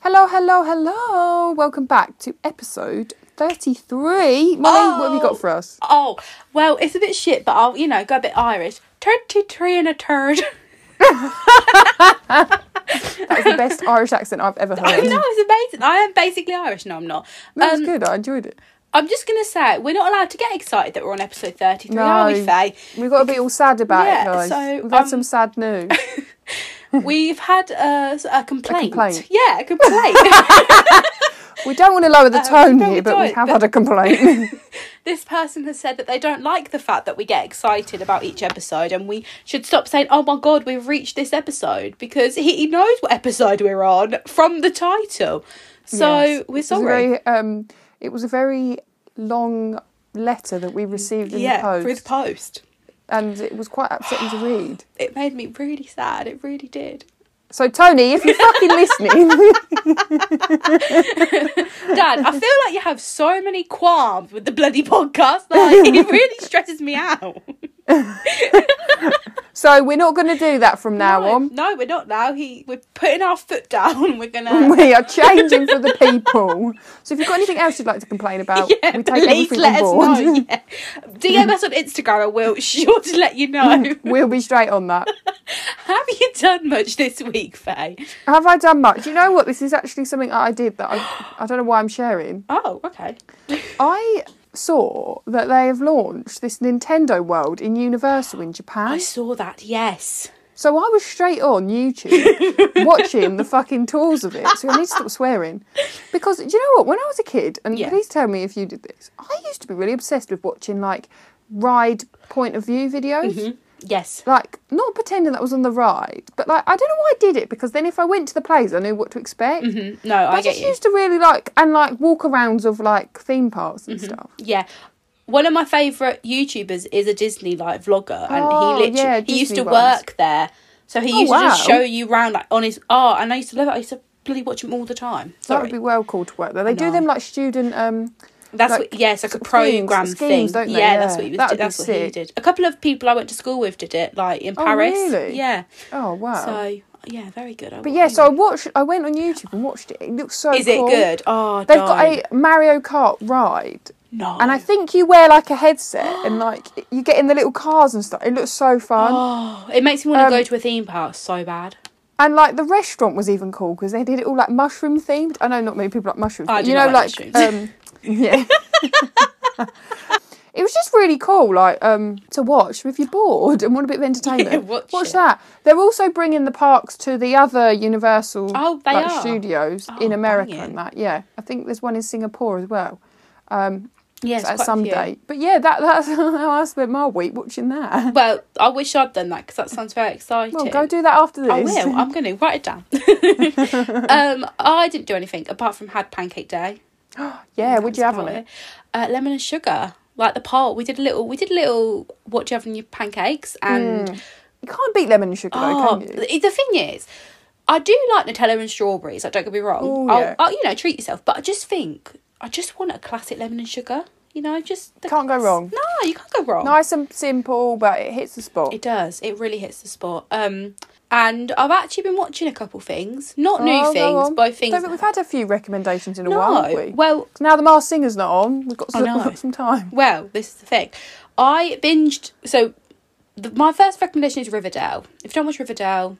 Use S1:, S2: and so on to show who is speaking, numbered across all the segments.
S1: Hello, hello, hello. Welcome back to episode 33. Molly, what have you
S2: Oh.
S1: got for us?
S2: Oh, well, it's a bit shit, but I'll, you know, go a bit Irish. Twenty three and a turd.
S1: That was the best Irish accent I've ever
S2: I
S1: heard.
S2: know, it's amazing. I am basically Irish. No, I'm not.
S1: That was
S2: Um,
S1: good. I enjoyed it.
S2: I'm just going to say, we're not allowed to get excited that we're on episode 33, are we,
S1: No,
S2: Faye?
S1: we've got to be all sad about
S2: Yeah,
S1: it, guys.
S2: so,
S1: we've had
S2: um,
S1: some sad news.
S2: We've had a, a, complaint.
S1: complaint.
S2: Yeah, a complaint.
S1: we don't want to lower the
S2: um,
S1: tone
S2: no, we
S1: here, but we
S2: don't,
S1: have
S2: but-
S1: had a complaint.
S2: this person has said that they don't like the fact that we get excited about each episode and we should stop saying, oh my God, we've reached this episode because he, he knows what episode we're on from the title. So
S1: Yes. It
S2: we're
S1: was a
S2: sorry.
S1: very, um, it was a very long letter that we received in
S2: yeah,
S1: the post,
S2: through the post.
S1: and it was quite upsetting to read.
S2: It made me really sad. It really did.
S1: So Tony, if you're fucking listening,
S2: Dad, I feel like you have so many qualms with the bloody podcast. Like, it really stresses me out.
S1: so we're not going to do that from now
S2: no,
S1: on.
S2: No, we're not now. He, we're putting our foot down. We're gonna.
S1: We are changing for the people. So if you've got anything else you'd like to complain about,
S2: yeah,
S1: we take
S2: please
S1: everything
S2: let
S1: on
S2: us
S1: board.
S2: know. Yeah. DM us on Instagram and we'll sure to let you know.
S1: We'll be straight on that.
S2: Have you done much this week, Faye?
S1: Have I done much? You know what? This is actually something that I did that I, I don't know why I'm sharing.
S2: Oh, okay.
S1: I saw that they have launched this Nintendo World in Universal in Japan.
S2: I saw that. Yes.
S1: So I was straight on YouTube watching the fucking tours of it. So I need to stop swearing. Because do you know what? When I was a kid, and
S2: Yeah.
S1: please tell me if you did this, I used to be really obsessed with watching like ride point of view videos.
S2: Mm-hmm. Yes.
S1: Like, not pretending that was on the ride, but like, I don't know why I did it because then if I went to the plays, I knew what to expect.
S2: Mm, No, I,
S1: I,
S2: get
S1: just
S2: you.
S1: used to really like, and like walk arounds of like theme parks and
S2: Mm-hmm.
S1: stuff.
S2: Yeah. One of my favourite YouTubers is a Disney like vlogger and
S1: Oh,
S2: he literally
S1: yeah,
S2: he used
S1: Disney
S2: to
S1: ones.
S2: work there. So he
S1: Oh,
S2: used to just
S1: wow.
S2: show you round like on his oh and I used to love it. I used to bloody watch him all the time.
S1: That
S2: Sorry.
S1: would be well cool to work there. They do
S2: know.
S1: them like student. um
S2: that's
S1: like,
S2: what yeah, it's like a
S1: schemes-
S2: program
S1: schemes,
S2: thing.
S1: don't they?
S2: yeah, that's
S1: Yeah,
S2: what he was
S1: that
S2: do-
S1: would be
S2: that's what he
S1: sick. Oh,
S2: did. A couple of people I went to school with did it, like in Paris.
S1: really?
S2: Yeah.
S1: Oh wow!
S2: So yeah, very good. I
S1: But yeah, so I watched. I went on YouTube and watched it. It looks so.
S2: is it
S1: cool.
S2: good? Oh
S1: They've
S2: no.
S1: got a Mario Kart ride,
S2: no.
S1: and I think you wear like a headset and like you get in the little cars and stuff. It looks so fun,
S2: Oh, it makes me want to
S1: Um,
S2: go to a theme park so bad.
S1: and like the restaurant was even cool because they did it all like mushroom themed. I know not many people like mushrooms,
S2: I
S1: but
S2: do
S1: you know,
S2: not
S1: like
S2: like
S1: um, yeah. It was just really cool, like um, to watch if you're bored and want a bit of entertainment.
S2: Yeah, watch it.
S1: that. They're also bringing the parks to the other Universal
S2: Oh, they
S1: like,
S2: are.
S1: studios
S2: Oh,
S1: in America
S2: banging.
S1: and that. Yeah, I think there's one in Singapore as well. Um,
S2: Yes,
S1: at some date. But yeah, that that's how I spent my week watching that.
S2: Well, I wish I'd done that because that sounds very exciting.
S1: Well, go do that after this.
S2: I will. I'm going to write it down. um, I didn't do anything apart from had pancake day.
S1: yeah, would
S2: That's
S1: you have on
S2: about
S1: it?
S2: Uh, lemon and sugar, like the poll. We did a little. We did a little. What do you have in your pancakes?
S1: Hmm.
S2: And
S1: You can't beat lemon and sugar,
S2: oh,
S1: though, can you?
S2: the the thing is, I do like Nutella and strawberries. Like, don't get me wrong.
S1: Oh,
S2: I'll,
S1: yeah.
S2: I'll, you know, treat yourself. But I just think I just want a classic lemon and sugar. You know, just the
S1: Can't go
S2: class-
S1: wrong.
S2: No, you can't go wrong.
S1: Nice and simple, but it hits the spot.
S2: It does. It really hits the spot. Um, and I've actually been watching a couple things, not
S1: Oh,
S2: new
S1: go
S2: things,
S1: on.
S2: but things.
S1: Don't think we've had a few recommendations in a
S2: no,
S1: while, have we?
S2: well,
S1: 'Cause now the Mars Singer's not on. We've got
S2: I
S1: some,
S2: know.
S1: we've got some time.
S2: well, this is the thing. I binged. So, the, my first recommendation is Riverdale. If you don't watch Riverdale,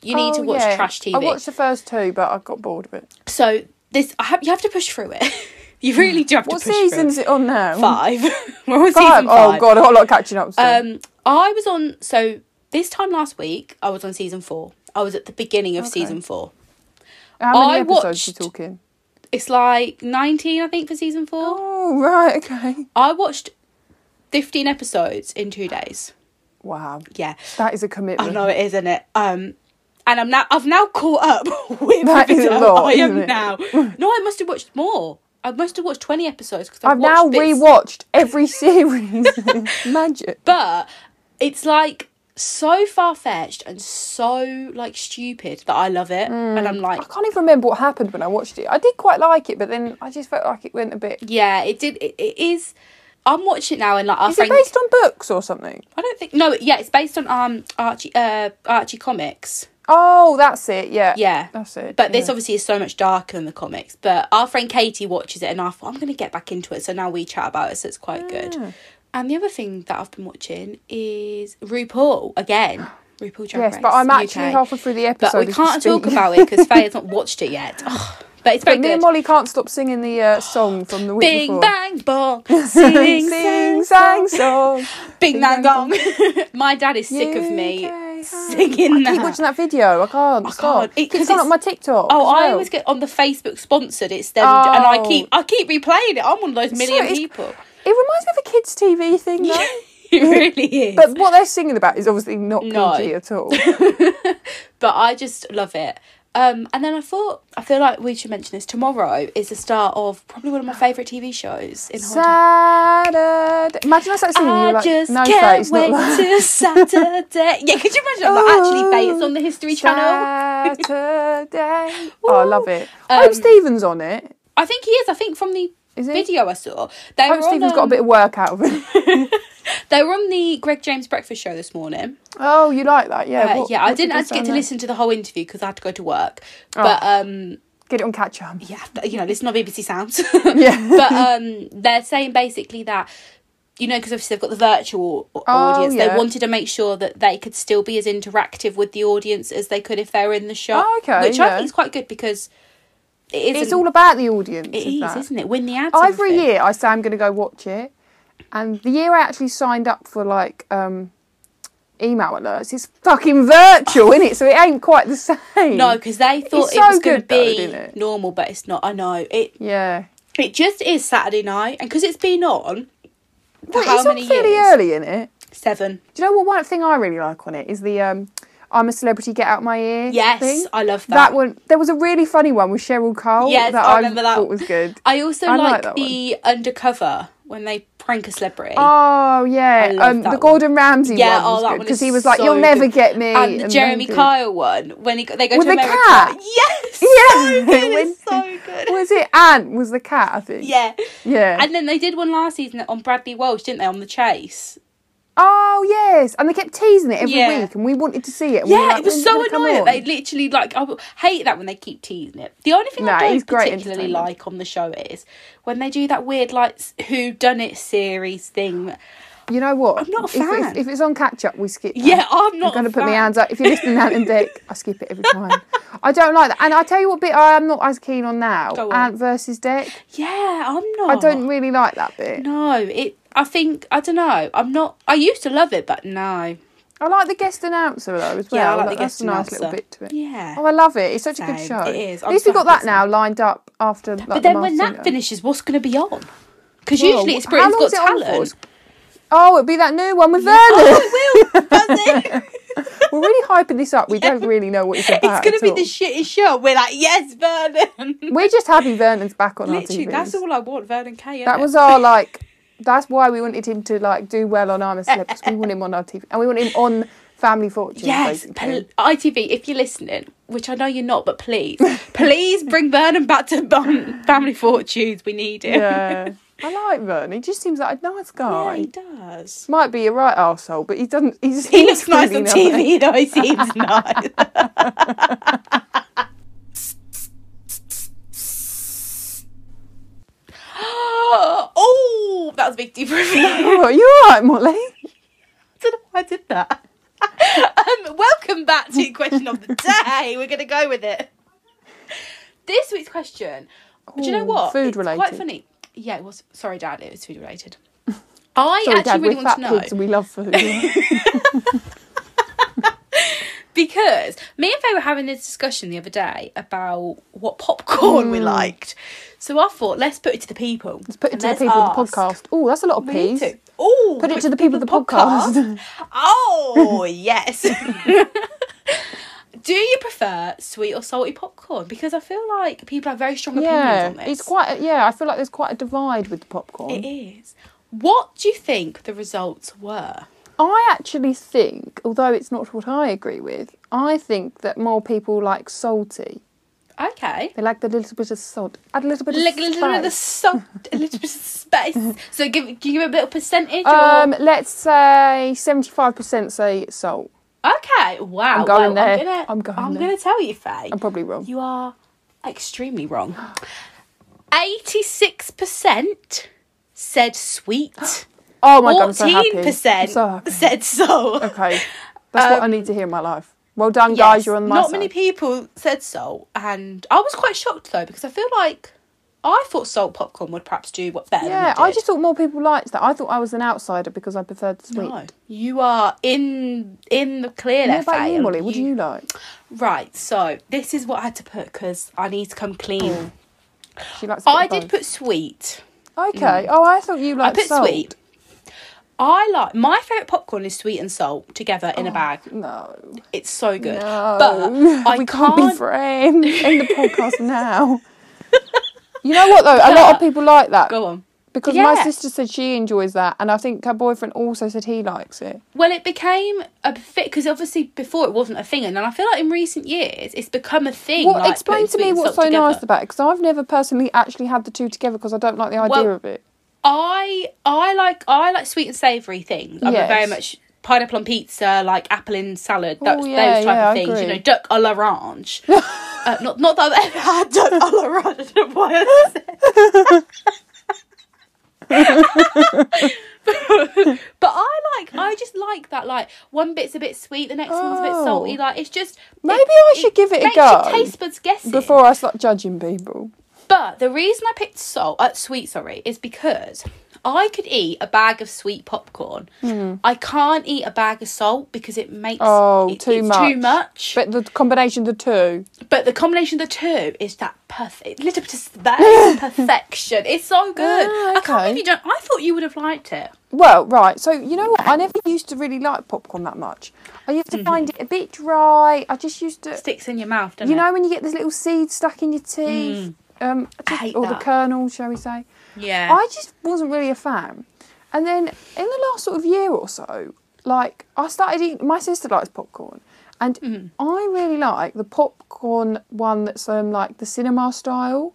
S2: you need to
S1: Oh,
S2: watch
S1: yeah.
S2: trash TV.
S1: I watched the first two, but I got bored of it.
S2: so this, I have, you have to push through it. you really do have
S1: What
S2: to push
S1: season is it on now?
S2: through. it. Five. We're on
S1: Five?
S2: season
S1: Oh
S2: five.
S1: god, a whole lot of catching up. Still.
S2: Um, I was on. So this time last week, I was on season four. I was at the beginning of season four.
S1: How many
S2: I
S1: episodes are you
S2: watched-
S1: talking?
S2: It's like 19, I think, for season four.
S1: Oh right, okay.
S2: I watched 15 episodes in two days.
S1: Wow,
S2: Yeah.
S1: that is a commitment.
S2: I know it is, isn't it? Um, and I'm now I've now caught up with
S1: That is a
S2: Riverdale.
S1: lot,
S2: I am
S1: isn't it?
S2: now. No, I must have watched more. I must have watched 20 episodes because
S1: I've
S2: I've,
S1: now
S2: watched bits,
S1: rewatched every series. Magic.
S2: But it's like so far fetched and so like stupid that I love it. And I'm like,
S1: Mm. I can't even remember what happened when I watched it. I did quite like it, but then I just felt like it went a bit.
S2: yeah, it did. It, it is. I'm watching it now, and like our
S1: Is
S2: friend.
S1: it based on books or something?
S2: I don't think. No, yeah, it's based on um Archie uh Archie comics.
S1: Oh, that's it. Yeah.
S2: Yeah.
S1: That's it.
S2: But this
S1: yeah.
S2: obviously is so much darker than the comics. But our friend Katie watches it and I thought, I'm going to get back into it. So now we chat about it. So it's quite good. And the other thing that I've been watching is RuPaul again. RuPaul Drag
S1: Yes,
S2: Race,
S1: but I'm actually
S2: UK.
S1: halfway through the
S2: But
S1: episode.
S2: we
S1: as we
S2: can't talk
S1: speak.
S2: about it because Faye's not watched it yet. Oh, but it's very
S1: But
S2: good.
S1: me and Molly can't stop singing the uh, song from the week
S2: Bing
S1: before.
S2: bang bong, sing
S1: Sing,
S2: sing
S1: sang,
S2: sang,
S1: song.
S2: bing bang gong. My dad is sick of me
S1: UK,
S2: singing
S1: I keep
S2: that.
S1: watching that video. I can't. I
S2: can't.
S1: can't.
S2: It-
S1: It keeps
S2: 'cause
S1: on
S2: it's-
S1: up my TikTok.
S2: Oh,
S1: as
S2: I
S1: well.
S2: always get on the Facebook sponsored. It's them, and I
S1: Oh.
S2: keep I keep replaying it. I'm one of those million
S1: it's-
S2: people.
S1: It reminds me of a kids' TV thing, though.
S2: it really is. But,
S1: But what they're singing about is obviously not
S2: No.
S1: PG at all.
S2: I just love it. Um, and then I thought I feel like we should mention this. Tomorrow is the start of probably one of my favourite TV shows in Hong
S1: Saturday. Imagine I started singing.
S2: I
S1: you're like,
S2: just
S1: no, Faye,
S2: can't
S1: it's
S2: wait
S1: not that.
S2: to Saturday. Yeah, could you imagine? I'm like, actually, Faye, it's on the History Channel.
S1: Saturday. oh, I love it. I
S2: Um,
S1: Hope Stevens on it.
S2: I think he is. I think from the
S1: Is he?
S2: video I saw, they
S1: I Hope
S2: were on.
S1: Stevens got a
S2: um,
S1: bit of work out of it.
S2: They were on the Greg James Breakfast Show this morning.
S1: Oh, you like that? Yeah.
S2: Uh,
S1: what-
S2: yeah, I
S1: what did
S2: didn't
S1: they Oh. say
S2: actually get to
S1: on that?
S2: listen to the whole interview because I had to go to work. But um,
S1: Get it on catch up.
S2: yeah, you know, listen on BBC Sounds.
S1: Yeah.
S2: but um, they're saying basically that you know because obviously they've got the virtual au- audience. They
S1: Oh, yeah.
S2: wanted to make sure that they could still be as interactive with the audience as they could if they were in the shop.
S1: Oh, okay,
S2: which I
S1: yeah.
S2: think is quite good because it is.
S1: It's all about the audience.
S2: it
S1: is
S2: is,
S1: that?
S2: isn't it? Win the ad.
S1: Every
S2: something.
S1: year I say I'm going to go watch it, and the year I actually signed up for like um, email alerts, it's fucking virtual, is it? So it ain't quite the same.
S2: No, because they thought
S1: It's
S2: it
S1: so
S2: was going to
S1: good though,
S2: be
S1: isn't it?
S2: normal, but it's not. I know it.
S1: Yeah.
S2: It just is Saturday night, and because it's been on for
S1: Well,
S2: how
S1: it's
S2: many
S1: on fairly
S2: years?
S1: early in it.
S2: Seven.
S1: Do you know what? One thing I really like on it is the um, "I'm a Celebrity, Get Out My Ear."
S2: Yes,
S1: thing.
S2: I love that.
S1: That one. There was a really funny one with Cheryl Cole.
S2: Yes,
S1: that
S2: I remember that.
S1: thought was good.
S2: I also
S1: I like
S2: like,
S1: that
S2: the undercover when they prank a celebrity.
S1: Oh
S2: I
S1: yeah,
S2: love
S1: um,
S2: that
S1: the
S2: one.
S1: Gordon Ramsay
S2: yeah,
S1: one
S2: oh,
S1: was
S2: that
S1: good
S2: one
S1: because
S2: is
S1: he was like,
S2: so
S1: "You'll
S2: good.
S1: never get me,"
S2: And the
S1: they
S2: Jeremy
S1: did.
S2: Kyle one when he go, they go
S1: With
S2: to
S1: the
S2: America.
S1: cat?
S2: Yes,
S1: Yeah,
S2: so good,
S1: when-
S2: it's so good.
S1: Was it Ant? Was the cat? I think.
S2: yeah,
S1: Yeah.
S2: and then they did one last season on Bradley Walsh, didn't they? On the chase.
S1: oh yes, and they kept teasing it every
S2: Yeah.
S1: week, and we wanted to see it. and we were
S2: Yeah,
S1: like,
S2: it was
S1: "When's
S2: so
S1: gonna come
S2: annoying.
S1: on?"
S2: that They literally like I w- hate that when they keep teasing it. The only thing
S1: No,
S2: I don't
S1: it's great
S2: particularly
S1: entertainment.
S2: like on the show is when they do that weird like s- who done it series thing.
S1: You know what?
S2: I'm not a
S1: If- if-
S2: fan.
S1: If, it's on catch up, we skip. that.
S2: Yeah, I'm not
S1: I'm gonna
S2: a
S1: put my
S2: fan.
S1: hands up. If you're listening, Ant and Dick, I skip it every time. I don't like that. And I tell you what bit I am not as keen on now:
S2: Go on.
S1: Ant versus Dick.
S2: Yeah, I'm not.
S1: I don't really like that bit.
S2: No, it. I think I don't know. I'm not. I used to love it, but no.
S1: I like the guest announcer though as well.
S2: Yeah, I like the
S1: that's
S2: guest
S1: a nice little
S2: announcer.
S1: bit to it.
S2: Yeah.
S1: Oh, I love it. It's such a good
S2: Same.
S1: show.
S2: It is.
S1: At
S2: I'm
S1: least we
S2: so
S1: got that
S2: happy
S1: now lined up after. Like,
S2: But
S1: the
S2: then when
S1: Masked
S2: that
S1: Singer.
S2: finishes, what's going to be on? Because
S1: Well,
S2: usually it's
S1: how
S2: Britain's Got
S1: long's it on for?
S2: Talent.
S1: Oh, it'd be that new one with Vernon.
S2: Oh, it will. That's it.
S1: We're really hyping this up. We don't really know what it's about.
S2: it's going to
S1: at
S2: be
S1: all.
S2: the shittest show. We're like, yes, Vernon.
S1: We're just happy Vernon's back on
S2: Literally,
S1: our TVs.
S2: that's all I want. Vernon K.
S1: That was our like. That's why we wanted him to like do well on I'm a Celeb, 'cause We want him on our TV, and we want him on Family Fortune.
S2: Yes,
S1: basically.
S2: pl- ITV, if you're listening, which I know you're not, but please, please bring Vernon back to Bum- Family Fortunes. We need him.
S1: yeah. I like Vernon. He just seems like a nice
S2: Yeah,
S1: guy.
S2: he does.
S1: Might be a right arsehole, but he doesn't. He, just
S2: He looks nice
S1: really
S2: on TV, though. He seems nice. oh, that was a big deep breath. I
S1: Oh, you alright, Molly?
S2: don't know why I did that. um, welcome back to question of the day. We're going to go with it. This week's question. do you know
S1: Ooh,
S2: what?
S1: food
S2: It's Quite
S1: related.
S2: funny. Yeah, it was. Sorry, Dad. It was food related. I
S1: Sorry,
S2: actually
S1: Dad.
S2: really
S1: we're
S2: want
S1: fat
S2: to know.
S1: kids. We love food.
S2: because me and Faye were having this discussion the other day about what popcorn we liked. So I thought, let's put it to the people. Let's
S1: Mm. Put it to the people of the podcast. Oh, that's a lot of peas.
S2: Oh,
S1: Put it to the people of the podcast.
S2: Oh, yes. Do you prefer sweet or salty popcorn? Because I feel like people have very strong
S1: Yeah,
S2: opinions on this.
S1: it's quite. a- yeah, I feel like there's quite a divide with the popcorn.
S2: It is. What do you think the results were?
S1: I actually think, although it's not what I agree with, I think that more people like salty.
S2: Okay.
S1: They like the little bit of salt. Add a little bit
S2: Like
S1: of
S2: a little bit of
S1: spice.
S2: salt, a little bit of space. So give, can you give a little percentage? Or?
S1: Um, let's say seventy-five percent say salt.
S2: Okay. Wow.
S1: I'm going
S2: well,
S1: there.
S2: I'm
S1: I'm
S2: gonna.
S1: going
S2: I'm
S1: there.
S2: gonna tell you, Faye.
S1: I'm probably wrong.
S2: You are extremely wrong. 86% said sweet.
S1: Oh my god, I'm so happy.
S2: 14%
S1: I'm so happy.
S2: said so.
S1: Okay, that's what I need to hear in my life. Well done,
S2: Yes,
S1: guys. You're on my
S2: Not
S1: side.
S2: many people said salt, and I was quite shocked though because I feel like I thought salt popcorn would perhaps do what better.
S1: yeah,
S2: than
S1: I
S2: it did.
S1: just thought more people liked that. I thought I was an outsider because I preferred sweet.
S2: No, you are in in the clear there,
S1: What about you,
S2: Faye.
S1: Molly? What do you like?
S2: Right, so this is what I had to put because I need to come clean.
S1: She likes. Oh, a bit
S2: I
S1: of
S2: did
S1: both.
S2: put sweet.
S1: Okay. Oh, I thought you
S2: I
S1: liked
S2: put
S1: salt.
S2: sweet. I like my favourite popcorn is sweet and salt together in a bag.
S1: No.
S2: It's so good.
S1: Oh. No.
S2: But I
S1: we
S2: can't,
S1: can't, be friends. End the podcast now. You know what though? A lot of people like that
S2: go on.
S1: because my
S2: Yeah.
S1: sister said she enjoys that, and I think her boyfriend also said he likes it.
S2: Well, it became a fit because obviously before it wasn't a thing, and then I feel like in recent years it's become a thing.
S1: Well,
S2: like,
S1: explain
S2: putting
S1: to me
S2: sweet and
S1: what's so
S2: salt together.
S1: nice about it because I've never personally actually had the two together because I don't like the idea
S2: Well,
S1: of it.
S2: I I like I like sweet and savoury things. I'm a
S1: Yes.
S2: very much pineapple on pizza, like apple in salad,
S1: Oh,
S2: those,
S1: yeah,
S2: those type
S1: yeah,
S2: of
S1: I
S2: things. You
S1: agree.
S2: know, duck à l'orange. uh, not not that I've ever had duck à l'orange. I don't know why I said. but I like I just like that like one bit's a bit sweet, the next one's a bit
S1: Oh.
S2: salty. Like it's just
S1: Maybe I should give it a
S2: makes
S1: go
S2: Your taste buds guessing.
S1: Before I start judging people,
S2: But the reason I picked salt, uh, sweet, sorry, is because I could eat a bag of sweet popcorn. I can't eat a bag of salt because it makes
S1: Hmm. Oh,
S2: it-
S1: too
S2: it's
S1: much.
S2: Too much. But,
S1: but the combination of the two,
S2: the combination of the two is that perfect. Little bit of that is perfection. It's so good.
S1: Ah,
S2: I can't
S1: okay.
S2: believe you don't. I thought you would have liked it.
S1: Well, right. So you know what? I never used to really like popcorn that much. I used
S2: Mm-hmm.
S1: to find it a bit dry. I just used to,
S2: Sticks in your mouth, doesn't
S1: you
S2: it?
S1: know, when you get those little seeds stuck in your teeth, um,
S2: Mm. I hate
S1: or
S2: that.
S1: the kernel, shall we say?
S2: Yeah.
S1: I just wasn't really a fan. And then in the last sort of year or so, like I started eating. My sister likes popcorn, and
S2: Mm-hmm.
S1: I really like the popcorn one that's um like the cinema style,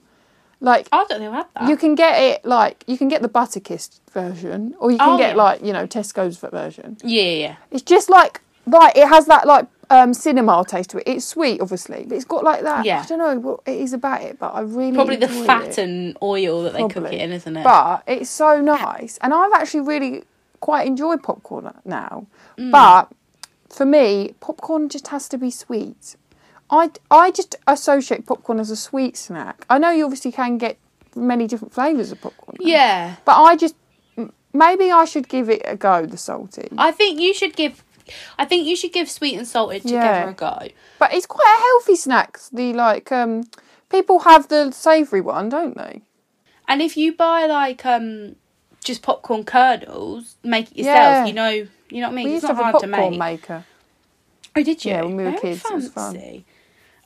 S1: like.
S2: I don't think I've had that.
S1: You can get it like you can get the butter kissed version, or you can
S2: Oh,
S1: get
S2: yeah.
S1: like you know Tesco's version.
S2: yeah, yeah,
S1: It's just like like it has that like um cinema taste to it. It's sweet, obviously, but it's got like that.
S2: Yeah.
S1: I don't know what it is about it, but I really
S2: probably the
S1: enjoy
S2: fat
S1: it.
S2: and oil that they cook
S1: Probably.
S2: it in, isn't it?
S1: But it's so nice, and I've actually really quite enjoyed popcorn now.
S2: Mm.
S1: But for me, popcorn just has to be sweet. I I just associate popcorn as a sweet snack. I know you obviously can get many different flavors of popcorn. now,
S2: yeah.
S1: but I just m- maybe I should give it a go. The salty.
S2: I think you should give. I think you should give sweet and salted
S1: Yeah.
S2: together a go.
S1: But it's quite a healthy snack. The like um people have the savoury one, don't they?
S2: And if you buy like um just popcorn kernels, make it yourself.
S1: Yeah.
S2: You know, you know what I mean.
S1: We
S2: it's
S1: used to
S2: not
S1: have a
S2: hard to
S1: popcorn
S2: make.
S1: maker.
S2: Oh, did you?
S1: Yeah, when we were
S2: Very
S1: kids, it was fun.
S2: fancy.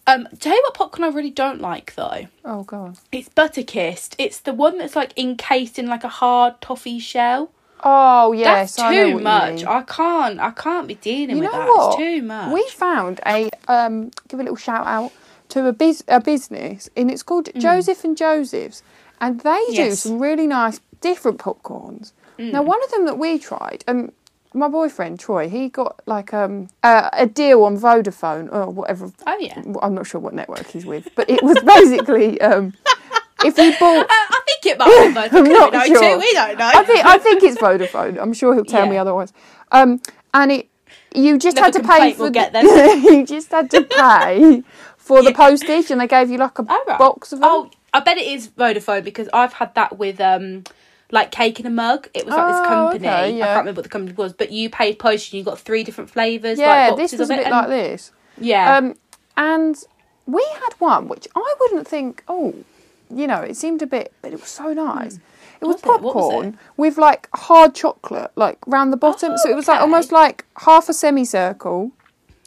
S2: Um, tell you what popcorn I really don't like though.
S1: Oh go on.
S2: It's butter kissed. It's the one that's like encased in like a hard toffee shell.
S1: Oh yes,
S2: that's
S1: I know
S2: too
S1: what you
S2: much.
S1: mean.
S2: I can't. I can't be dealing
S1: You
S2: with
S1: know
S2: that.
S1: what?
S2: It's too much.
S1: We found a um, give a little shout out to a, bus a business, and it's called Joseph and Joseph's, and they do
S2: Mm. Yes. Mm.
S1: some really nice different popcorns. Now, one of them that we tried, and my boyfriend Troy, he got like um, a, a deal on Vodafone or whatever.
S2: Oh yeah. Uh,
S1: I'm not sure what network he's with, but it was basically um, if you bought.
S2: Uh, I think it might be both.
S1: I'm
S2: Could
S1: not
S2: be no
S1: sure.
S2: two, We don't know.
S1: I think I think it's Vodafone. I'm sure he'll tell
S2: Yeah.
S1: me otherwise. Um, and it you just
S2: Another
S1: had to pay
S2: complaint
S1: for
S2: we'll
S1: the-
S2: get then.
S1: you just had to pay for the postage, and they gave you like a
S2: Oh, right.
S1: box of them.
S2: Oh, I bet it is Vodafone because I've had that with um, like cake in a mug. It was like
S1: Oh,
S2: this company.
S1: okay,
S2: I
S1: yeah.
S2: can't remember what the company was, but you paid postage and you got three different flavors.
S1: yeah,
S2: like boxes
S1: this was
S2: of
S1: a
S2: it
S1: bit
S2: and-
S1: like this.
S2: Yeah,
S1: Um, and we had one which I wouldn't think. Oh, you know, it seemed a bit, but it was so nice. It was,
S2: Hmm. Was it? What was
S1: popcorn with like hard chocolate, like round the bottom. so it was like
S2: Oh, okay.
S1: almost like half a semicircle.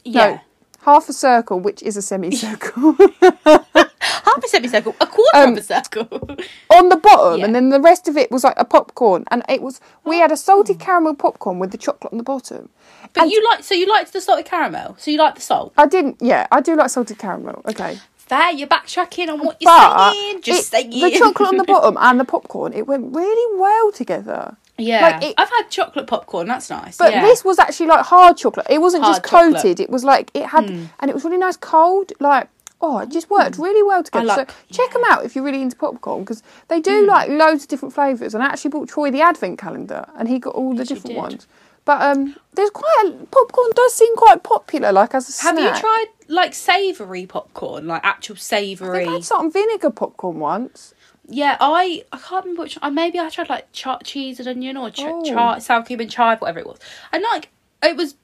S2: yeah.
S1: No, half a circle, which is a semicircle.
S2: Half a semicircle, a quarter
S1: Um,
S2: of a circle.
S1: on the bottom,
S2: Yeah.
S1: and then the rest of it was like a popcorn, and it was we had a salty
S2: Oh.
S1: caramel popcorn with the chocolate on the bottom.
S2: but you like so you liked the salted caramel. So you like the salt.
S1: I didn't, yeah, I do like salted caramel. Okay,
S2: There, you're backtracking on what you're
S1: but
S2: saying. Just
S1: it-
S2: saying.
S1: the chocolate on the bottom and the popcorn it went really well together.
S2: Yeah.
S1: Like, it-
S2: I've had chocolate popcorn. That's nice.
S1: But
S2: yeah.
S1: this was actually like hard chocolate. It wasn't just
S2: Hard chocolate. Hmm.
S1: coated. It was like it had, and it was really nice cold. Like oh, it just worked really well together.
S2: like- Hmm.
S1: so check them out if you're really into popcorn because they do like loads of different flavors. And I actually bought Troy the advent calendar, and he got all the different
S2: did.
S1: ones. But um, there's quite a, popcorn does seem quite popular. Like as a
S2: Have
S1: snack.
S2: you tried like savoury popcorn, like actual savoury?
S1: I had something vinegar popcorn once.
S2: Yeah, I I can't remember which. I maybe I tried like char- cheese and onion or ch-
S1: Oh.
S2: char- South Cuban chive, whatever it was. And like it was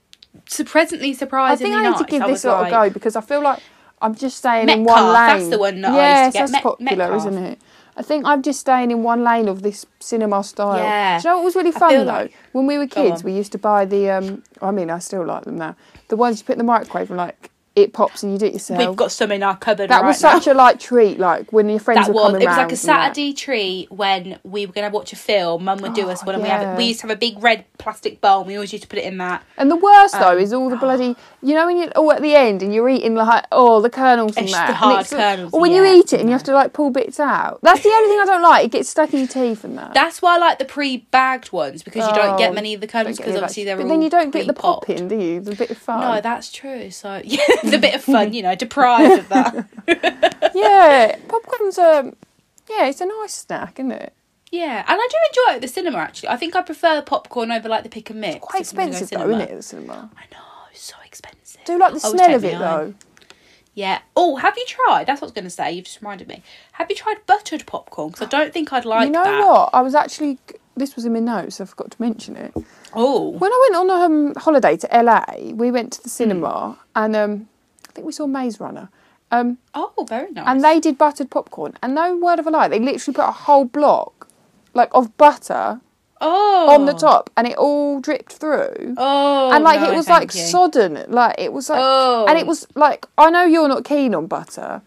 S2: surprisingly
S1: I
S2: surprisingly
S1: think I need
S2: nice.
S1: to give
S2: I
S1: this
S2: was
S1: a little
S2: like,
S1: go because I feel like I'm just staying in
S2: Metcalf,
S1: one lane.
S2: that's the one that I used to
S1: Yes,
S2: get.
S1: that's
S2: Met-
S1: popular,
S2: Metcalf.
S1: isn't it? I think I'm just staying in one lane of this cinema style.
S2: Yeah.
S1: Do you know what was really
S2: I
S1: fun
S2: feel
S1: though?
S2: like-
S1: when we were kids,
S2: on.
S1: we used to buy the. Um, I mean, I still like them now. The ones you put in the microwave and like it pops and you do it yourself.
S2: We've got some in our cupboard.
S1: that
S2: right
S1: was
S2: now.
S1: such a like treat. Like when your friends
S2: that
S1: were
S2: was
S1: coming
S2: it was
S1: round
S2: like
S1: and
S2: a
S1: that.
S2: Saturday treat when we were gonna watch a film. Mum would do us
S1: Oh,
S2: one, and we have
S1: yeah.
S2: we used to have a big red plastic bowl. and We always used to put it in that.
S1: And the worst
S2: Um,
S1: though is all the bloody, you know, when you oh at the end and you're eating like all the kernels and
S2: It's
S1: that,
S2: the
S1: and
S2: hard
S1: it's-
S2: kernels,
S1: or when
S2: yeah,
S1: you eat it and you have to like pull bits out. That's the only thing I don't like. It gets stuck in your teeth and that.
S2: That's why I like the pre-bagged ones because you don't get
S1: Oh,
S2: many of the
S1: Don't
S2: kernels
S1: get
S2: because
S1: any of
S2: obviously
S1: that.
S2: they're
S1: But
S2: all
S1: then you don't get the
S2: pre-popped.
S1: popping, do you? The bit of fun.
S2: No, that's true. So yeah, it's a bit of fun, you know, deprived of that.
S1: yeah, popcorn's a yeah, it's a nice snack, isn't it?
S2: Yeah, and I do enjoy it at the cinema. Actually, I think I prefer popcorn over like the pick and mix.
S1: Quite
S2: if I'm gonna go
S1: expensive though,
S2: cinema.
S1: isn't it? At the cinema.
S2: I know, it's so expensive.
S1: Do you like the
S2: I would
S1: smell
S2: take
S1: of
S2: my
S1: it
S2: eye.
S1: though?
S2: Yeah. Oh, have you tried? That's what I was going to say. You've just reminded me. Have you tried buttered popcorn? Because I don't think I'd like
S1: you know
S2: that.
S1: what? I was actually this was in my notes. I forgot to mention it.
S2: Oh,
S1: When I went on um, holiday to LA, we went to the
S2: Hmm.
S1: cinema and um, I think we saw Maze Runner. Um,
S2: oh, very nice.
S1: and they did buttered popcorn. And no word of a lie, they literally put a whole block like of butter
S2: oh,
S1: on the top and it all dripped through.
S2: Oh,
S1: and like
S2: no,
S1: it was
S2: thank
S1: like
S2: you.
S1: sodden. Like it was like
S2: Oh.
S1: and it was like I know you're not keen on butter.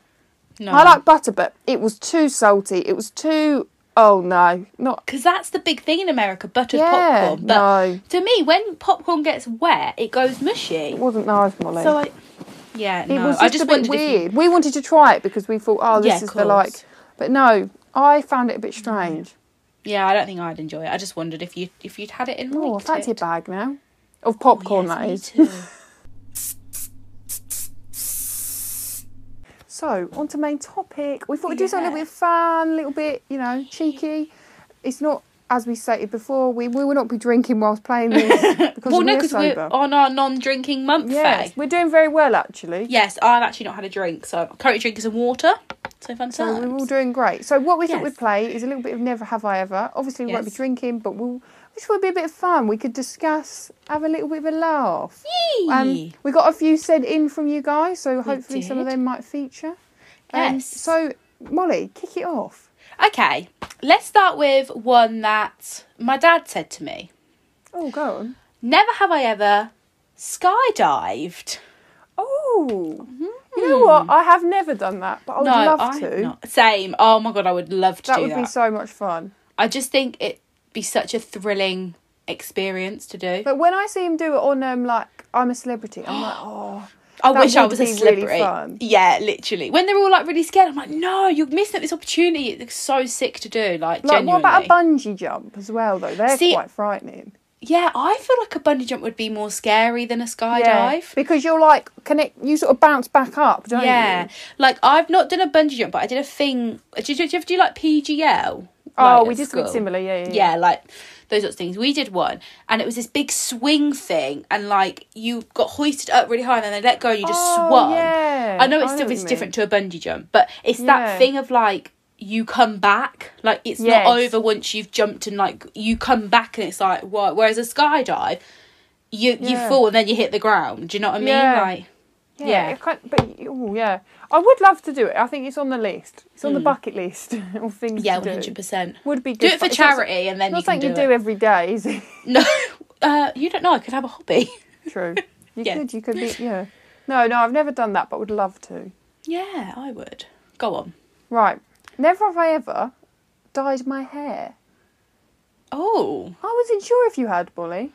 S2: No.
S1: I like butter, but it was too salty. It was too oh no, not
S2: Because that's the big thing in America, buttered
S1: Yeah,
S2: popcorn. But
S1: no.
S2: to me, when popcorn gets wet, it goes mushy.
S1: it wasn't nice, Molly.
S2: So I, yeah,
S1: It
S2: no,
S1: was just,
S2: I just
S1: a bit
S2: wondered if you-
S1: weird. We wanted to try it because we thought, oh, this
S2: Yeah,
S1: is
S2: of
S1: the like.
S2: course. Mm-hmm.
S1: But no, I found it a bit strange.
S2: yeah, I don't think I'd enjoy it. I just wondered if you if you'd had it in.
S1: Oh, I
S2: liked
S1: fancy a
S2: it.
S1: bag now of popcorn.
S2: Yes,
S1: that
S2: me
S1: is.
S2: too.
S1: So on to main topic. We thought we'd do something a
S2: Yeah.
S1: little bit fun, a little bit, you know, cheeky. It's not as we stated before. We we will not be drinking whilst playing this because
S2: well,
S1: we're
S2: no, because we're
S1: sober.
S2: on our non-drinking month.
S1: yes,
S2: Faye.
S1: we're doing very well actually.
S2: Yes, I've actually not had a drink, so I'm currently drinking some water. So fun
S1: So
S2: times.
S1: we're all doing great. So what we thought
S2: Yes.
S1: we'd play is a little bit of Never Have I Ever. Obviously we won't be
S2: Yes.
S1: drinking, but we'll this would be a bit of fun. We could discuss, have a little bit of a laugh.
S2: Yee.
S1: Um, we got a few sent in from you guys, so hopefully some of
S2: did.
S1: them might feature. Um,
S2: Yes.
S1: so Molly, kick it off.
S2: okay, let's start with one that my dad said to me.
S1: Oh, go on.
S2: Never have I ever skydived.
S1: Oh, you know what? I have never done that, but Hmm. I would love
S2: I've
S1: to.
S2: not. Same. Oh my god, I would love to
S1: That
S2: do
S1: would
S2: that.
S1: be so much fun.
S2: I just think it'd be such a thrilling experience to do.
S1: But when I see him do it on um, like I'm a celebrity, I'm like, oh,
S2: I
S1: that
S2: wish I
S1: would
S2: was
S1: be
S2: a
S1: really
S2: celebrity.
S1: fun.
S2: Yeah, literally. When they're all like really scared, I'm like, no, you're missing out this opportunity. It's so sick to do. Like,
S1: like
S2: genuinely.
S1: what about a bungee jump as well? Though they're
S2: See-
S1: quite frightening.
S2: yeah, I feel like a bungee jump would be more scary than a skydive.
S1: because you're like connect. You sort of bounce back up, don't
S2: Yeah,
S1: you?
S2: like I've not done a bungee jump, but I did a thing. Did you, did you ever do like PGL?
S1: Oh,
S2: Like,
S1: we
S2: at
S1: did something
S2: school?
S1: similar. Yeah, yeah.
S2: Yeah, like those sorts of things. We did one, and it was this big swing thing, and like you got hoisted up really high, and then they let go, and you just
S1: Oh,
S2: swung.
S1: yeah.
S2: I know
S1: I
S2: it's
S1: know
S2: still
S1: what
S2: it's
S1: you
S2: different to a bungee jump, but it's
S1: Yeah.
S2: that thing of like you come back, like it's
S1: Yes.
S2: not over once you've jumped, and like you come back, and it's like what? Whereas a skydive, you
S1: Yeah.
S2: you fall and then you hit the ground. Do you know what I mean?
S1: Yeah.
S2: Like
S1: yeah.
S2: Yeah.
S1: it can't- but oh, yeah, I would love to do it. I think it's on the list. It's on the bucket list of things.
S2: Mm. yeah,
S1: to
S2: one
S1: do.
S2: hundred percent.
S1: Would be good
S2: Do it for
S1: It's not-
S2: charity, and then
S1: Not
S2: you can
S1: something
S2: do,
S1: you
S2: it.
S1: do every day, is it?
S2: No, uh, you don't know. I could have a hobby.
S1: True. You
S2: Yeah.
S1: could, you could be, yeah. No, no, I've never done that, but would love to.
S2: Yeah, I would. Go on.
S1: Right. Never have I ever dyed my hair.
S2: Oh,
S1: I wasn't sure if you had, Molly.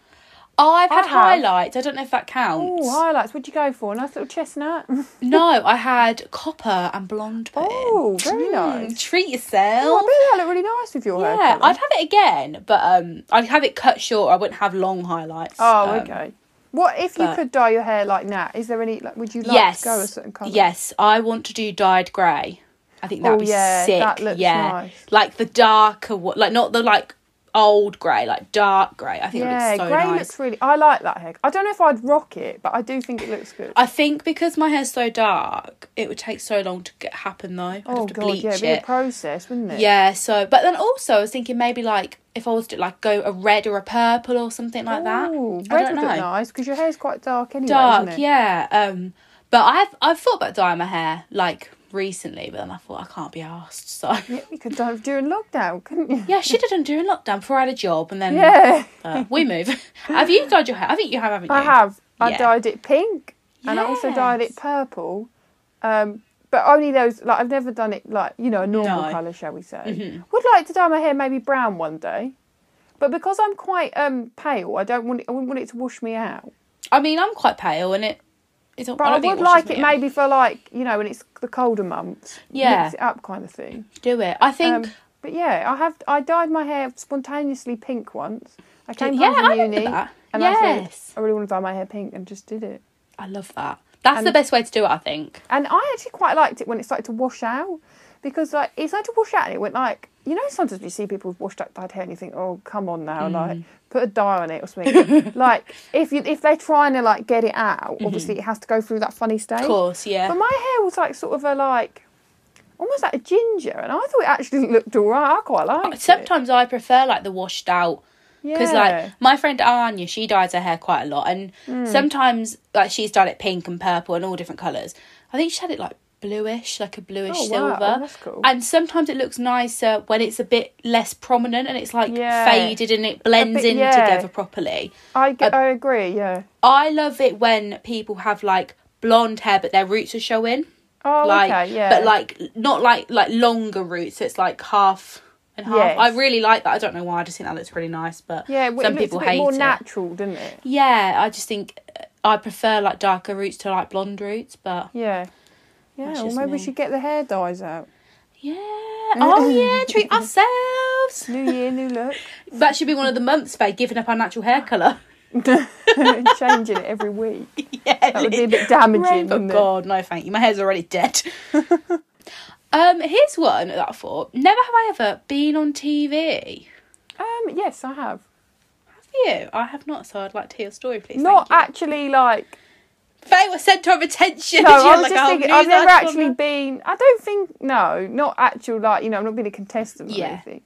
S2: Oh, I've
S1: I
S2: had
S1: Oh. have.
S2: highlights. I don't know if that counts.
S1: Oh, highlights. What'd you go for? A nice little chestnut.
S2: No, I had copper and blonde. Pin.
S1: Oh, very nice.
S2: Treat
S1: Oh, I
S2: yourself.
S1: bet that looked really nice with your
S2: yeah,
S1: hair. colour.
S2: I'd have it again, but um, I'd have it cut short. I wouldn't have long highlights.
S1: Oh,
S2: Um,
S1: okay. What if you
S2: but-
S1: could dye your hair like that? Is there any like? Would you like
S2: yes.
S1: to go a certain colour?
S2: Yes, I want to do dyed grey. I think that'd
S1: Oh,
S2: be
S1: yeah,
S2: sick.
S1: that looks
S2: yeah,
S1: nice.
S2: like the darker, wa- like not the like old grey, like dark grey. I think
S1: Yeah,
S2: it looks so
S1: grey
S2: nice.
S1: looks really. I like that hair. I don't know if I'd rock it, but I do think it looks good.
S2: I think because my hair's so dark, it would take so long to get happen though. I'd
S1: oh
S2: have to
S1: god,
S2: bleach
S1: yeah, it'd be a
S2: it.
S1: process, wouldn't it?
S2: Yeah, so but then also I was thinking maybe like if I was to like go a red or a purple or something like that.
S1: Ooh,
S2: I
S1: red
S2: don't
S1: would
S2: know.
S1: look nice because your hair's quite dark anyway.
S2: Dark,
S1: isn't it?
S2: yeah. Um but I've I've thought about dyeing my hair like recently, but then I thought I can't be asked, so
S1: Yeah, You could dye it during lockdown, couldn't you?
S2: Yeah, I should have done during lockdown before I had a job and then
S1: Yeah,
S2: uh, we move. have you dyed your hair? I think you have, haven't you?
S1: I have. I
S2: Yeah.
S1: dyed it pink, and I also dyed it
S2: Yes.
S1: purple, um, but only those. Like I've never done it like you know a normal
S2: No. Mm-hmm.
S1: colour, shall we say? Would like to dye my hair maybe brown one day, but because I'm quite um, pale, I don't want. It, I wouldn't want it to wash me out.
S2: I mean I'm quite pale and it it's
S1: But I, would like it maybe for like you know when it's the colder months.
S2: Yeah.
S1: mix it up kind of thing.
S2: do it. I think
S1: Um, but yeah, I have I dyed my hair spontaneously pink once. I came home
S2: yeah,
S1: from
S2: I remember
S1: uni
S2: that.
S1: and I
S2: Yes.
S1: said I really want to dye my hair pink and just did it.
S2: I love that. That's the best way to do it, I think.
S1: And I actually quite liked it when it started to wash out because like it started to wash out and it went like you know sometimes you see people with washed out dyed hair and you think oh come on now like
S2: Mm.
S1: put a dye on it or something like if you if they're trying to like get it out obviously it has to go through that funny stage.
S2: Mm-hmm. Of course, yeah.
S1: But my hair was like sort of a like almost like a ginger, and I thought it actually looked alright. I quite liked it.
S2: Sometimes I prefer like the washed out because
S1: Yeah. Mm.
S2: like my friend Anya, she dyes her hair quite a lot, and sometimes like she's dyed it pink and purple and all different colours. I think she had it like bluish, like a bluish
S1: Oh, wow.
S2: silver.
S1: That's cool.
S2: And sometimes it looks nicer when it's a bit less prominent and it's like
S1: Yeah.
S2: faded and it blends
S1: bit-
S2: in
S1: yeah.
S2: together properly.
S1: I ge-
S2: uh,
S1: I agree. Yeah.
S2: I love it when people have like blonde hair but their roots are showing.
S1: Oh,
S2: like
S1: okay. Yeah.
S2: but like not like like longer roots it's like half and half
S1: Yes.
S2: i really like that i don't know why i just think that looks really nice but
S1: yeah, well,
S2: some
S1: it looks
S2: people
S1: a bit
S2: hate
S1: more
S2: it
S1: natural, didn't it?
S2: yeah i just think uh, i prefer like darker roots to like blonde roots but
S1: Yeah. Yeah.
S2: That's
S1: Well,
S2: just
S1: maybe we
S2: me.
S1: should get the hair dyes out.
S2: yeah oh yeah treat ourselves
S1: New year, new look.
S2: that should be one of the months Faye, giving up our natural hair color
S1: Changing it every week.
S2: yeah
S1: That would be a bit damaging.
S2: Oh
S1: wouldn't it?
S2: God, no, thank you. My hair's already dead. um, here's one that I thought. Never have I ever been on TV.
S1: Um. Yes, I have.
S2: Have you? I have not, so I'd like to hear your story, please.
S1: Not
S2: Thank
S1: actually like.
S2: you. Faye was centre of attention.
S1: No,
S2: She had,
S1: I was
S2: like, "Oh, a
S1: just
S2: whole
S1: thinking. I've
S2: news
S1: never
S2: article
S1: actually
S2: on
S1: been. I don't think. No, not actual. Like you know, I'm not being a contestant or
S2: Yeah.
S1: anything.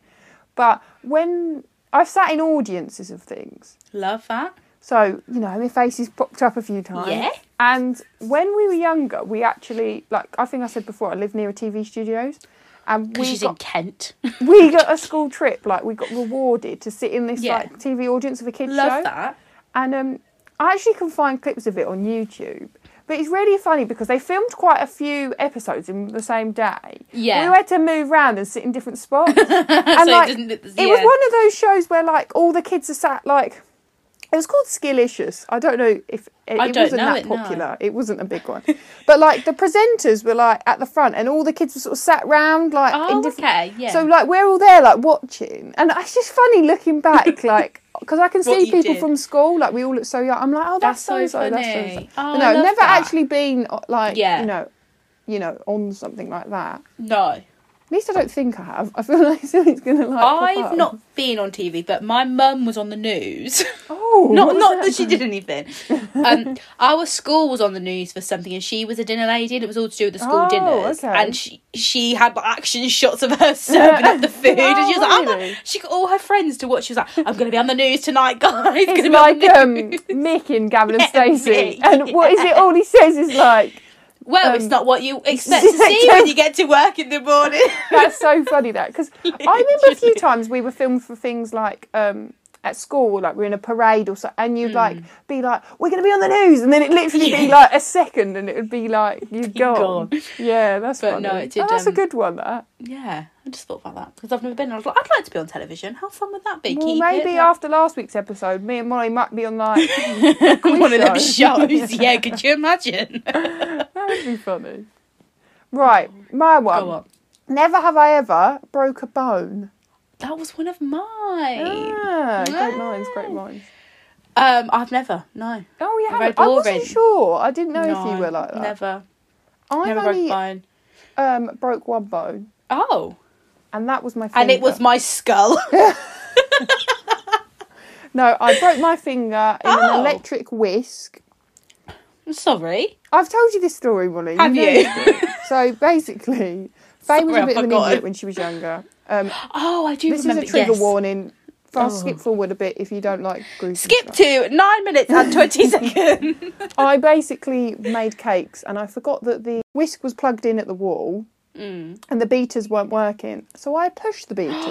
S1: But when I've sat in audiences of things,
S2: her. Love that.
S1: so you know, my face has popped up a few times.
S2: Yeah.
S1: And when we were younger, we actually like I think I said before, I lived near a TV studios, and we
S2: She's in
S1: got
S2: Kent.
S1: we got a school trip. Like we got rewarded to sit in this
S2: Yeah.
S1: like TV audience of a kids show.
S2: Love that.
S1: And um, I actually can find clips of it on YouTube. But it's really funny because they filmed quite a few episodes in the same day.
S2: Yeah.
S1: We had to move round and sit in different spots. and
S2: it
S1: like,
S2: didn't-
S1: it
S2: yeah.
S1: was one of those shows where like all the kids are sat like it was called Skillicious. I don't know if it,
S2: I
S1: it
S2: don't
S1: wasn't
S2: know
S1: that
S2: it, no.
S1: popular. It wasn't a big one. but like the presenters were like at the front and all the kids were sort of sat round like in
S2: Oh,
S1: different
S2: okay, yeah.
S1: So like we're all there like watching and it's just funny looking back like because I can
S2: What
S1: see
S2: you
S1: people
S2: did.
S1: from school like we all look so young. I'm like oh that's, so
S2: That's so
S1: so that's so
S2: funny.
S1: so.
S2: Oh,
S1: no,
S2: I love
S1: never
S2: that.
S1: actually been uh, like
S2: Yeah.
S1: you know you know on something like that.
S2: No,
S1: At least I don't think I have. I feel like something's gonna like. pop
S2: I've
S1: up.
S2: not been on TV, but my mum was on the news.
S1: Oh,
S2: not
S1: what was
S2: not that,
S1: that
S2: she did anything. Um, our school was on the news for something, and she was a dinner lady, and it was all to do with the school
S1: Oh,
S2: dinners.
S1: okay.
S2: And she she had like, action shots of her serving up the food, and she was like,
S1: Oh,
S2: I'm gonna-
S1: really?
S2: she got all her friends to watch. She was like, I'm going to be on the news tonight, guys. Gonna be
S1: It's
S2: on
S1: like
S2: the
S1: um,
S2: news."
S1: Mick in Gavin and
S2: Yeah,
S1: Stacey.
S2: Mick,
S1: And what is it? All he says is like,
S2: well, it's
S1: um,
S2: not what you expect to see when you get to work in the morning.
S1: that's so funny that because I remember a few times we were filmed for things like um, at school, like we're in a parade or so, and you'd
S2: Mm.
S1: like be like, "We're going to be on the news," and then it literally be like a second, and it would be like you'd gone.
S2: gone.
S1: Yeah, that's
S2: But
S1: funny.
S2: no, it did,
S1: Oh, that's a
S2: um,
S1: good one. That
S2: Yeah, I just thought about that because I've never been. and I was like, I'd like to be on television. How fun would that be?
S1: well,
S2: Keep
S1: maybe
S2: it, like,
S1: after last week's episode, me and Molly might be on like
S2: one of them
S1: show.
S2: shows. yeah, could you imagine?
S1: that would be funny. Right, my one.
S2: Go on.
S1: Never have I ever broke a bone.
S2: That was one of mine.
S1: Ah, great
S2: Ah.
S1: minds, great minds.
S2: Um, I've never. No.
S1: Oh, you
S2: Red
S1: haven't. I wasn't
S2: Orange.
S1: sure. I didn't know
S2: no,
S1: if you were like that.
S2: Never.
S1: I
S2: never
S1: only
S2: broke mine.
S1: um, broke one bone,
S2: Oh,
S1: and that was my. Finger.
S2: and it was my skull.
S1: No, I broke my finger in an
S2: Oh.
S1: electric whisk.
S2: I'm sorry.
S1: I've told you this story, Molly.
S2: Have
S1: know
S2: you?
S1: this story. so basically, Faye was
S2: Sorry,
S1: a
S2: I
S1: bit of an
S2: forgot.
S1: idiot when she was younger. Um,
S2: Oh, I do
S1: this is
S2: remember.
S1: a trigger
S2: yes.
S1: warning. Fast
S2: Oh.
S1: skip forward a bit if you don't like gruesome
S2: Skip
S1: stuff.
S2: to nine minutes and twenty seconds.
S1: I basically made cakes and I forgot that the whisk was plugged in at the wall and the beaters weren't working. So I pushed the beaters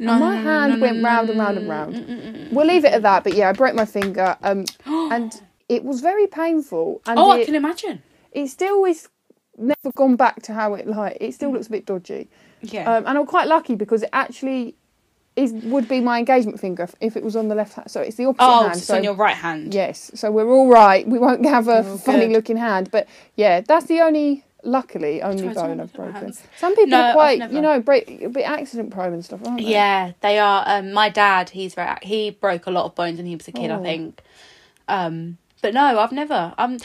S1: and my hand went round and round and round. We'll leave it at that, but yeah, I broke my finger um, and it was very painful and
S2: Oh, I
S1: it,
S2: can imagine.
S1: it still is never gone back to how it like it still looks a bit dodgy.
S2: Yeah.
S1: Um, and I'm quite lucky because it actually is would be my engagement finger if- if it was on the left hand. So it's the opposite
S2: oh,
S1: hand.
S2: it's
S1: so
S2: on your right hand.
S1: Yes, so we're all right. We won't have a
S2: We're all
S1: funny
S2: good.
S1: looking hand, but yeah, that's the only luckily only
S2: Try to
S1: bone
S2: not
S1: I've
S2: look at my
S1: broken.
S2: hands.
S1: Some people
S2: No,
S1: are
S2: I've
S1: quite,
S2: never.
S1: you know, break a bit accident prone and stuff, aren't they?
S2: Yeah, they are. Um, my dad, he's very, ac- he broke a lot of bones when he was a kid,
S1: Oh.
S2: I think. Um, but no, I've never. Um,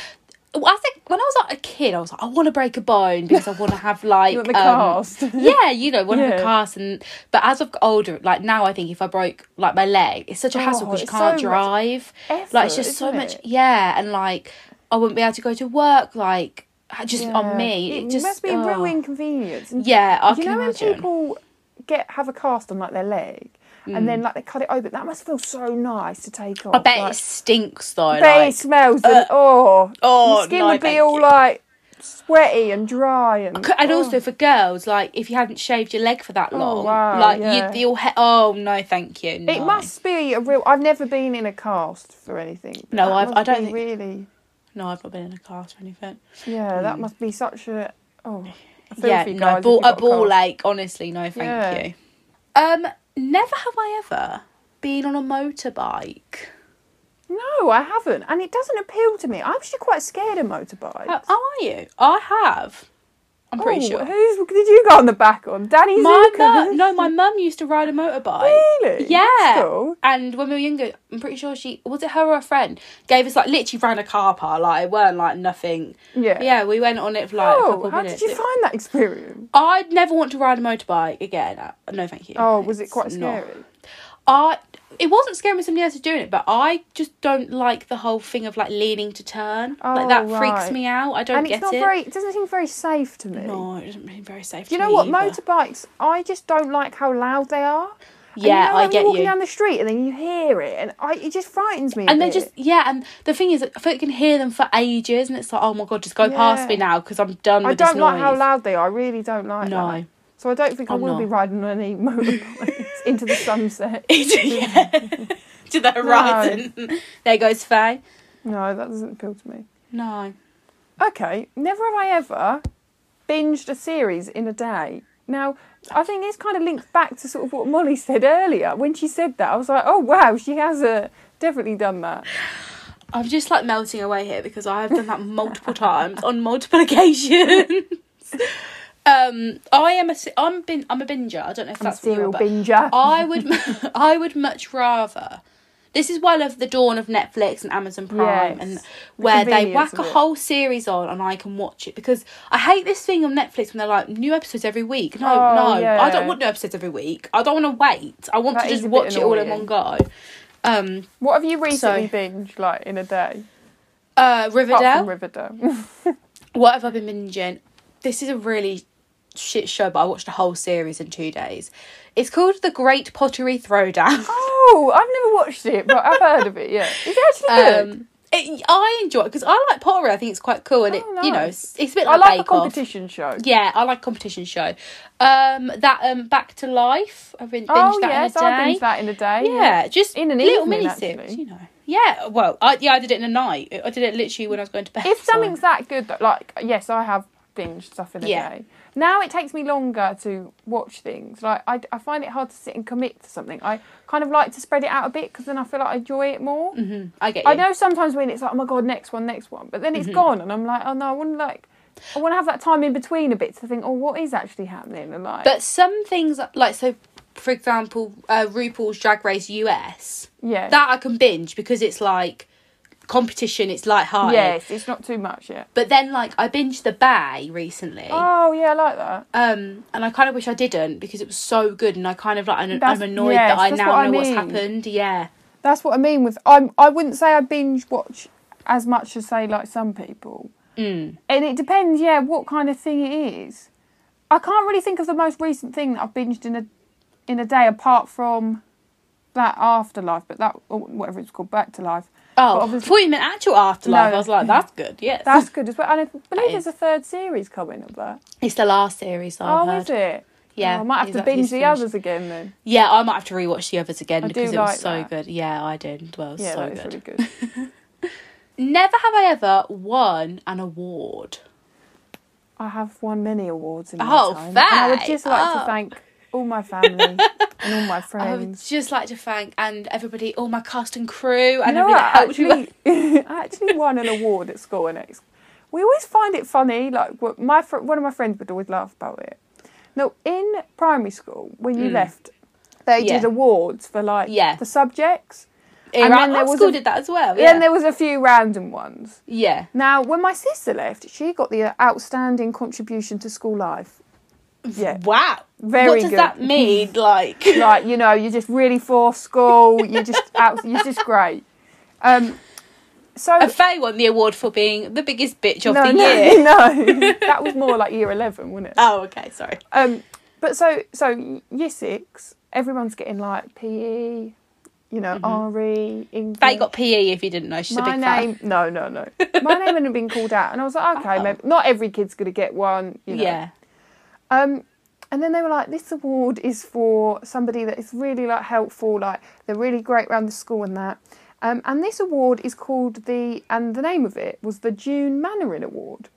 S2: well, I think when I was like a kid, I was like, I want to break a bone because I want to have like
S1: You want the
S2: um,
S1: cast.
S2: yeah, you know, want to have
S1: Yeah.
S2: a cast. And but as I've got older, like now, I think if I broke like my leg, it's such a hassle
S1: Oh,
S2: because you
S1: it's
S2: can't
S1: so much
S2: drive. like it's
S1: effort,
S2: just so
S1: isn't
S2: much.
S1: it?
S2: Yeah, and like I wouldn't be able to go to work. Like just
S1: Yeah.
S2: on me,
S1: It
S2: it just
S1: must be
S2: oh.
S1: a real inconvenience. And
S2: Yeah, I
S1: you
S2: can
S1: know
S2: imagine.
S1: when people get have a cast on like their leg and then like they cut it open. That must feel so nice to take off.
S2: Mm. I bet
S1: like,
S2: it stinks though.
S1: bet
S2: like,
S1: it smells. and, oh,
S2: Uh, oh,
S1: your skin
S2: no,
S1: would be
S2: thank
S1: all
S2: you.
S1: like sweaty and dry and.
S2: C- And
S1: oh.
S2: also for girls, like if you hadn't shaved your leg for that long,
S1: wow,
S2: like
S1: yeah.
S2: you'd be all he- oh no, thank you.
S1: It
S2: no.
S1: must be a real. I've never been in a cast for anything.
S2: No,
S1: That
S2: I've-
S1: must
S2: I don't
S1: be
S2: think-
S1: really.
S2: No, I've not been in a cast or anything.
S1: Yeah, that must be such a. Oh, I feel
S2: Hmm. Yeah,
S1: for you
S2: no,
S1: guys if
S2: ball,
S1: you've
S2: a
S1: got
S2: ball
S1: cast.
S2: ache. Honestly, no, thank
S1: Yeah.
S2: you. Um, never have I ever been on a motorbike.
S1: No, I haven't, and it doesn't appeal to me. I'm actually quite scared of motorbikes.
S2: How, how are you? I have. Uh, I'm pretty
S1: Oh,
S2: sure.
S1: Who's did you go on the back on? Danny
S2: My
S1: Zuko.
S2: mum, no, my mum used to ride a motorbike.
S1: Really?
S2: Yeah.
S1: That's cool.
S2: And when we were younger, I'm pretty sure she was it her or a friend gave us like literally ran a car park. Like it weren't like nothing.
S1: Yeah.
S2: Yeah, we went on it for like a
S1: Oh,
S2: couple
S1: how
S2: minutes.
S1: did you
S2: It-
S1: find that experience?
S2: I'd never want to ride a motorbike again. Uh, No, thank you.
S1: Oh, was it
S2: It's
S1: quite
S2: not-
S1: scary?
S2: I it wasn't scary when somebody else was doing it, but I just don't like the whole thing of like leaning to turn.
S1: Oh,
S2: like that
S1: right.
S2: freaks me out. I don't
S1: And
S2: get
S1: it's not
S2: it.
S1: very. It doesn't seem very safe to me.
S2: no, it doesn't seem very safe.
S1: Do you
S2: to
S1: know
S2: me
S1: what
S2: either.
S1: motorbikes? I just don't like how loud they are. And
S2: Yeah,
S1: you know
S2: I
S1: when
S2: get
S1: you're walking
S2: you.
S1: down the street and then you hear it, and I it just frightens me. a
S2: and they
S1: bit.
S2: just yeah, and the thing is, I fucking hear them for ages, and it's like, oh my god, just go past me
S1: Yeah.
S2: now because I'm done
S1: I
S2: with
S1: don't
S2: this
S1: like
S2: noise.
S1: how loud they are. I really don't like
S2: No.
S1: that. So I don't think i
S2: I'm
S1: will be
S2: not.
S1: riding on any motorbikes into the sunset.
S2: Yeah. to the horizon. There goes Faye.
S1: No, that doesn't appeal to me.
S2: No.
S1: Okay, never have I ever binged a series in a day. Now, I think this kind of links back to sort of what Molly said earlier. When she said that, I was like, oh wow, she has uh, definitely done that.
S2: I'm just like melting away here because I have done that multiple times on multiple occasions. um, I am a se- I'm bin I'm a binger. I don't know if
S1: I'm a
S2: that's
S1: serial
S2: real, but
S1: binger.
S2: I would I would much rather. This is why I love the dawn of Netflix and Amazon
S1: Yes.
S2: Prime, and
S1: The
S2: where they
S1: convenience
S2: whack
S1: of
S2: a
S1: it.
S2: whole series on, and I can watch it because I hate this thing on Netflix when they're like new episodes every week. No,
S1: Oh,
S2: no, I
S1: yeah.
S2: don't want new episodes every week. I don't want to wait. I want
S1: That
S2: to
S1: is
S2: just
S1: a bit
S2: watch it all in
S1: annoying.
S2: one go. Um,
S1: What have you recently
S2: So-
S1: binged like in a day?
S2: uh,
S1: Apart
S2: Riverdale.
S1: from Riverdale.
S2: What have I been binging? This is a really shit show, but I watched a whole series in two days. It's called The Great Pottery Throwdown.
S1: Oh, I've never watched it, but I've heard of it. Yeah, is it actually good?
S2: Um, It, I enjoy it because I like pottery. I think it's quite cool, and it
S1: Oh,
S2: you know
S1: nice.
S2: it's, it's a bit
S1: I
S2: like,
S1: like a
S2: Bake Off.
S1: competition show.
S2: Yeah, I like competition show. Um, that um, Back to Life. I bin- binged
S1: Oh
S2: that
S1: yes,
S2: in a day.
S1: I binge that in a day.
S2: Yeah, just
S1: In an
S2: little
S1: evening,
S2: mini
S1: actually.
S2: sips, you know. Yeah, well, I, yeah, I did it in a night. I did it literally when I was going to bed.
S1: If
S2: so-
S1: something's that good, though, like yes, I have binged stuff in a
S2: Yeah.
S1: day. Now it takes me longer to watch things. Like I, I find it hard to sit and commit to something. I kind of like to spread it out a bit because then I feel like I enjoy it more.
S2: Mhm, I get you.
S1: I know sometimes when it's like, oh my god, next one, next one, but then
S2: Mm-hmm.
S1: it's gone, and I'm like, oh no, I want to like, I want to have that time in between a bit to think, oh, what is actually happening, and like,
S2: But some things, like, so, for example, uh, RuPaul's Drag Race US,
S1: yeah,
S2: that I can binge because it's like competition, it's lighthearted.
S1: yes, it's not too much yet.
S2: But then, like, I binged The Bay recently.
S1: Oh yeah, I like that.
S2: Um, and I kind of wish I didn't because it was so good, and I kind of like I'm,
S1: That's-
S2: I'm annoyed
S1: yes,
S2: that I
S1: that's
S2: now
S1: what I
S2: know what's
S1: mean.
S2: happened. Yeah,
S1: That's what I mean with I'm. I wouldn't say I binge watch as much as say like some people.
S2: mm.
S1: And it depends, yeah, what kind of thing it is. I can't really think of the most recent thing that I've binged in a in a day apart from that afterlife, but that or whatever it's called, back to life. But
S2: Oh,
S1: obviously-
S2: before you meant actual afterlife,
S1: No.
S2: I was like, that's good. Yes,
S1: That's good as well. And I believe
S2: is.
S1: there's a third series coming of that.
S2: it's the last series. that I've
S1: oh,
S2: heard.
S1: is it?
S2: Yeah,
S1: Oh, I might have
S2: he's
S1: to
S2: actually
S1: binge the
S2: finished.
S1: others again then.
S2: Yeah, I might have to rewatch the others again
S1: I do
S2: because it
S1: like
S2: was so
S1: that.
S2: good. Yeah, I did. as Well,
S1: Yeah,
S2: so
S1: that
S2: good.
S1: is really good.
S2: Never have I ever won an award.
S1: I have won many awards in my
S2: Oh,
S1: time. And I would
S2: fay.
S1: just like
S2: Oh.
S1: to thank all my family and all my
S2: I would
S1: friends.
S2: just like to thank and everybody, all my cast and crew, and
S1: you know
S2: everybody
S1: what?
S2: that helped me.
S1: Actually, I actually won an award at school, and it's we always find it funny. Like wh- my fr- one of my friends would always laugh about it. No, in primary school when you left, they
S2: Mm. Yeah.
S1: did awards for like
S2: Yeah.
S1: the subjects.
S2: Yeah,
S1: and
S2: right,
S1: then there
S2: our
S1: was
S2: school
S1: a-
S2: did that as well.
S1: Yeah.
S2: Yeah,
S1: And there was a few random ones.
S2: yeah.
S1: Now, when my sister left, she got the uh, outstanding contribution to school life. Yeah.
S2: Wow.
S1: Very
S2: what does
S1: good.
S2: that mean? Like,
S1: like you know you're just really for school you're just out you're just great um so
S2: a Faye won the award for being the biggest bitch of
S1: no,
S2: the
S1: no,
S2: year.
S1: no that was more like year 11 wasn't it
S2: Oh, okay, sorry.
S1: um but so so year six everyone's getting like pe you know re english
S2: Faye Mm-hmm. got PE. If you didn't know, she's a
S1: my
S2: big fan.
S1: name no no no my name hadn't been called out and i was like okay
S2: Oh.
S1: maybe not every kid's gonna get one you know
S2: Yeah.
S1: Um, and then they were like, this award is for somebody that is really like helpful, like they're really great around the school and that. Um, and this award is called the, and the name of it was the June Mannering Award.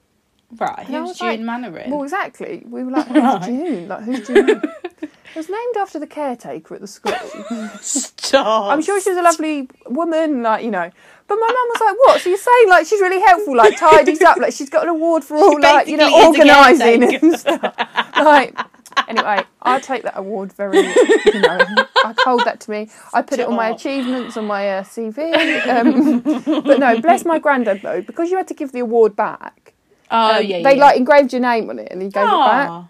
S2: Right.
S1: And I
S2: Who's
S1: was
S2: June
S1: like,
S2: Mannering?
S1: Well, exactly. We were like, who's June? Like, who's June? Mannering? it was named after the caretaker at the school.
S2: Stop.
S1: I'm sure she was a lovely woman, like you know. But my mum was like, "What? So you're saying like she's really helpful, like tidies up, like she's got an award for all, like you know,
S2: basically is a
S1: organising and stuff." Like, anyway, I take that award very, you know, I hold that to me. I put it on my
S2: Stop.
S1: achievements, on my uh, CV. Um, but no, bless my granddad though, because you had to give the award back.
S2: Oh
S1: um,
S2: yeah.
S1: they
S2: yeah.
S1: like engraved your name on it and he gave it back.
S2: Aw.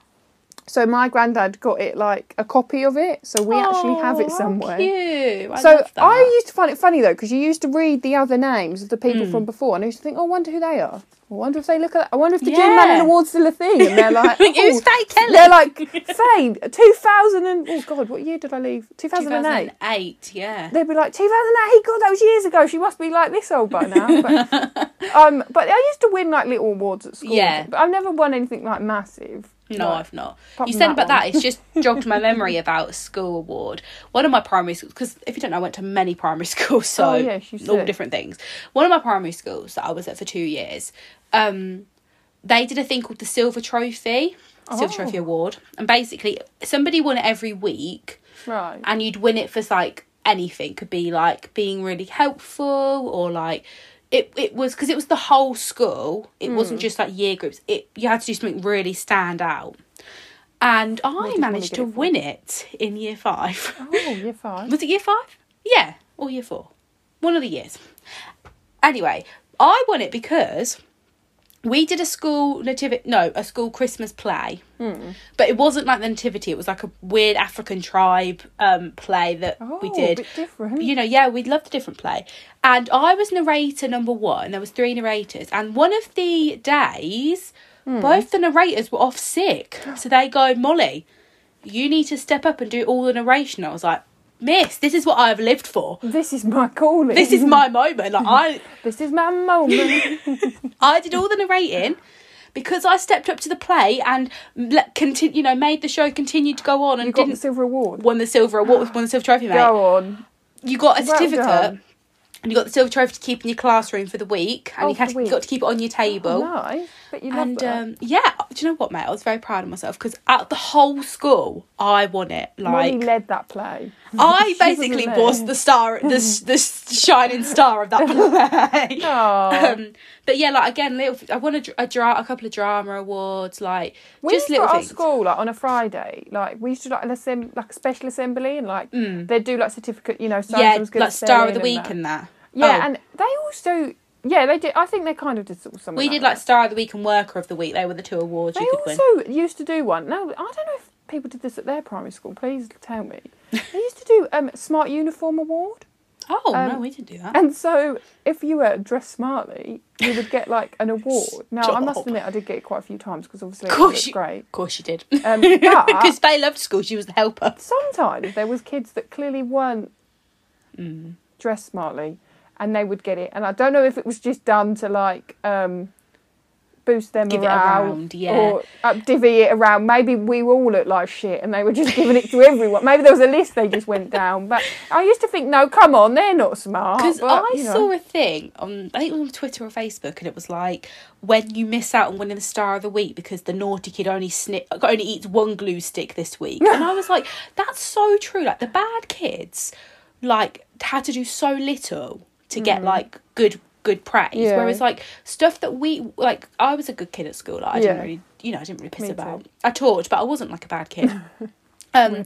S1: So my granddad got it like a copy of it, so we actually have
S2: Oh,
S1: it
S2: how
S1: somewhere.
S2: cute. I
S1: So
S2: love that.
S1: I used to find it funny though, because you used to read the other names of the people
S2: Mm.
S1: from before, and I used to think, oh, I wonder who they are. I wonder if they look at. I wonder if the Jim
S2: Yeah.
S1: Manning Award's still a thing, and they're like,
S2: It was
S1: oh.
S2: Faye Kelly.
S1: They're like, Faye, two thousand and oh god, what year did I leave? Two thousand and eight.
S2: 2008, yeah.
S1: They'd be like, two thousand eight. God, that was years ago. She must be like this old by now. But, um, but I used to win like little awards at school.
S2: Yeah.
S1: But I've never won anything like massive.
S2: No,
S1: Like,
S2: I've not.
S1: apart
S2: You
S1: from
S2: said
S1: that one.
S2: about that, it's just jogged my memory about a school award. One of my primary schools, because if you don't know, I went to many primary schools, so
S1: Oh, yes, you
S2: all
S1: said.
S2: different things. One of my primary schools that I was at for two years, um, they did a thing called the Silver Trophy, Silver
S1: Oh.
S2: Trophy Award. And basically, somebody won it every week.
S1: right.
S2: and you'd win it for like anything could be like being really helpful or like it it was because it was the whole school it
S1: Hmm.
S2: wasn't just like year groups it you had to do something really stand out and
S1: did
S2: i
S1: you wanna
S2: managed
S1: get
S2: to
S1: it for?
S2: win it in year 5
S1: Oh, you're fine.
S2: was it year five? Yeah, or year four. One of the years. Anyway, I won it because we did a school nativity, no, a school Christmas play. But it wasn't like the nativity, it was like a weird African tribe um, play that
S1: Oh,
S2: we did.
S1: A bit different.
S2: You know, yeah, we loved a different play. And I was narrator number one. There was three narrators, and one of the days,
S1: Hmm.
S2: both the narrators were off sick. So they go, Molly, you need to step up and do all the narration. I was like, miss. This is what I've lived for.
S1: This is my calling.
S2: This is my moment. Like I,
S1: this is my moment.
S2: I did all the narrating because I stepped up to the plate and let continue. You know, made the show continue to go on and
S1: you got the
S2: didn't
S1: silver award.
S2: won the silver award, won the silver trophy, mate.
S1: Go on.
S2: You got a
S1: Well
S2: certificate.
S1: done.
S2: and you got the silver trophy to keep in your classroom for the week, and
S1: Oh,
S2: you
S1: for
S2: had
S1: the week. Oh,
S2: got to keep it on your table.
S1: Nice. But you love
S2: oh. And
S1: that.
S2: um, yeah, do you know what, mate? I was very proud of myself because at the whole school, I won it.
S1: Molly
S2: um, Like
S1: led that play.
S2: I
S1: She wasn't
S2: basically
S1: there.
S2: was the star, the s- the s- shining star of that play.
S1: Aw.
S2: Um, but yeah, like again, little. I won a, dr- a, dra- a couple of drama awards, like
S1: we used
S2: just
S1: to
S2: little
S1: at our
S2: things.
S1: school like on a Friday, like we used to like an assemb- like a special assembly, and like they'd do like certificate, you know, so
S2: Hmm. yeah,
S1: was good
S2: like
S1: at
S2: star of the
S1: spelling
S2: week
S1: that.
S2: and that.
S1: yeah,
S2: Oh,
S1: and they also yeah they did. I think they kind of did sort of something.
S2: we did like star of the week and worker of the week. They were the two awards
S1: that.
S2: you could
S1: they
S2: win.
S1: also used to do one. Now I don't know if people did this at their primary school. Please tell me. they used to do um smart uniform award,
S2: Oh no,
S1: um,
S2: we didn't do that.
S1: and so if you were dressed smartly, you would get like an award. Now I must
S2: Stop.
S1: admit I did get it quite a few times because obviously
S2: Of
S1: it
S2: course
S1: was
S2: you-
S1: great.
S2: Of course you did.
S1: Um, but
S2: Because they loved school. She was the helper.
S1: sometimes there was kids that clearly weren't
S2: Mm.
S1: dressed smartly and they would get it and i don't know if it was just done to like um boost them
S2: Give it
S1: morale
S2: around, yeah.
S1: or uh, divvy it around maybe we all look like shit and they were just giving it to everyone maybe there was a list they just went down but i used to think no come on they're not smart
S2: Because
S1: but,
S2: I
S1: you know.
S2: saw a thing on, I think it was on Twitter or Facebook, and it was like when you miss out on winning the Star of the Week because the naughty kid only snip, only eats one glue stick this week, and I was like, that's so true. Like the bad kids, like had to do so little to get like good good praise,
S1: Mm. Yeah.
S2: whereas like stuff that we like, I was a good kid at school. Like, I didn't
S1: Yeah.
S2: really, you know, I didn't really piss
S1: Me too.
S2: about. I talked, but I wasn't like a bad kid. um,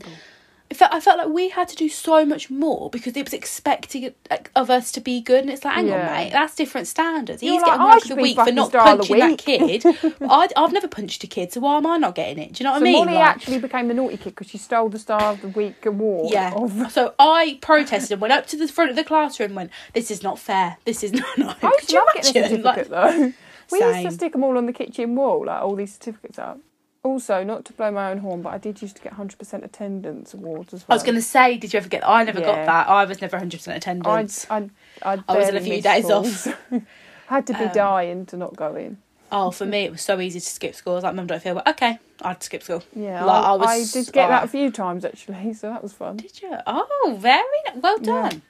S2: I felt, I felt like we had to do so much more because it was expecting like, of us to be good, and it's like, hang on,
S1: Yeah.
S2: mate, that's different standards.
S1: You're
S2: He's
S1: like, I
S2: getting work of
S1: should
S2: the
S1: be
S2: week for
S1: fucking
S2: not
S1: star of the
S2: punching that kid. I, I've never punched a kid, so why am I not getting it? Do you know what
S1: so
S2: I mean?
S1: Molly
S2: Like,
S1: actually became the naughty kid because she stole the Star of the Week award.
S2: yeah.
S1: Of...
S2: So I protested and went up to the front of the classroom and went, "This is not fair. This is not." No.
S1: I used to
S2: Could you
S1: love getting a
S2: imagine? Like,
S1: certificate though. We used
S2: Same.
S1: to stick them all on the kitchen wall, like all these certificates up. Also, not to blow my own horn, but I did used to get 100% attendance awards as well.
S2: I was going to say, did you ever get? I never
S1: Yeah.
S2: got that. I was never hundred percent
S1: I,
S2: attendance.
S1: I, I,
S2: I was in
S1: barely
S2: a few
S1: missed
S2: days Um,
S1: calls. Had to be dying to not go in.
S2: Oh, for me, it was so easy to skip school. I was like, "Mum, don't feel well." Okay, I'd skip school.
S1: Yeah,
S2: Like,
S1: I, I,
S2: was-
S1: did get that
S2: oh.
S1: a few times actually, so that was fun.
S2: Did you? Oh, very ni- well
S1: Yeah.
S2: done.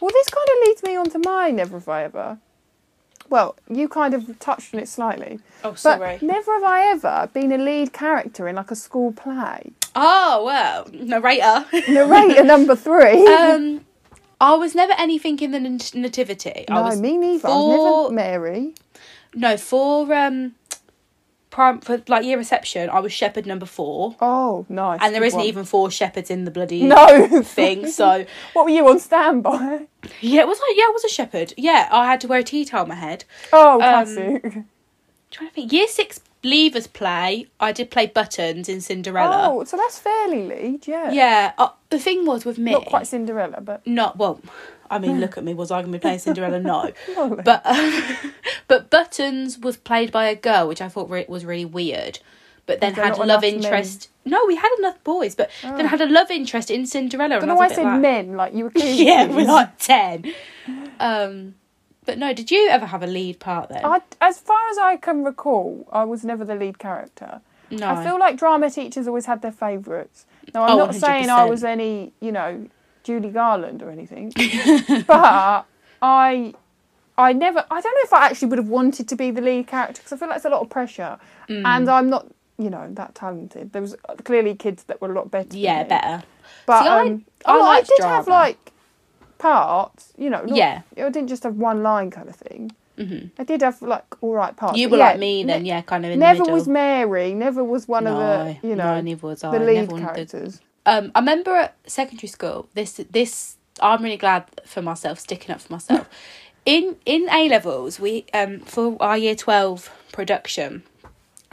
S1: Well, this kind of leads me on to my never have I ever. Well, you kind of touched on it slightly.
S2: Oh,
S1: But
S2: sorry.
S1: never have I ever been a lead character in like a school play.
S2: Oh well, narrator.
S1: Narrator number three.
S2: um, I was never anything in the nat- nativity. I
S1: no,
S2: was
S1: me neither. I
S2: for-
S1: was never Mary.
S2: no for um, prime for like year reception. I was shepherd number four,
S1: Oh, nice.
S2: and there
S1: good
S2: isn't
S1: one.
S2: even four shepherds in the bloody
S1: no
S2: thing. So
S1: What were you on standby?
S2: yeah, was I? Yeah, I was a shepherd. Yeah, I had to wear a tea towel on my head.
S1: Oh, classic.
S2: trying to think. Year six leavers play. I did play buttons in Cinderella.
S1: oh, so that's fairly lead, yeah.
S2: Yeah, uh, the thing was with me.
S1: Not quite Cinderella, but
S2: not well i mean look at me was i going to be playing cinderella no
S1: Lovely.
S2: but um, but buttons was played by a girl which i thought re- was really weird but then
S1: Was there
S2: had
S1: not
S2: love
S1: enough men?
S2: interest no we had enough boys but then had a love interest in cinderella
S1: I
S2: and
S1: don't know why
S2: I
S1: I
S2: was a
S1: said
S2: bit like,
S1: men. Like you were clearly
S2: yeah
S1: kids.
S2: we're like 10 um but no did you ever have a lead part then
S1: I, as far as I can recall, I was never the lead character.
S2: no
S1: I feel like drama teachers always had their favourites. Now I'm
S2: Oh,
S1: not saying I
S2: 100%.
S1: was any, you know, Judy Garland or anything, but I, I never. I don't know if I actually would have wanted to be the lead character because I feel like it's a lot of pressure,
S2: Mm.
S1: and I'm not, you know, that talented. There was clearly kids that were a lot better. than
S2: yeah
S1: me.
S2: better
S1: But
S2: See, I-
S1: um,
S2: I
S1: oh, I
S2: liked
S1: did have
S2: drama.
S1: like parts, you know. Not,
S2: Yeah. Mm-hmm.
S1: I didn't just have one line kind of thing. I did have like all right parts.
S2: you
S1: but
S2: were
S1: yeah,
S2: like me
S1: ne-
S2: then yeah kind of in
S1: never
S2: the middle
S1: was Mary. Never was one of the you know
S2: no, neither was I.
S1: the lead
S2: never wanted to-
S1: characters.
S2: um, I remember at secondary school. This this I'm really glad for myself, sticking up for myself. in in A levels, we um for our year twelve production,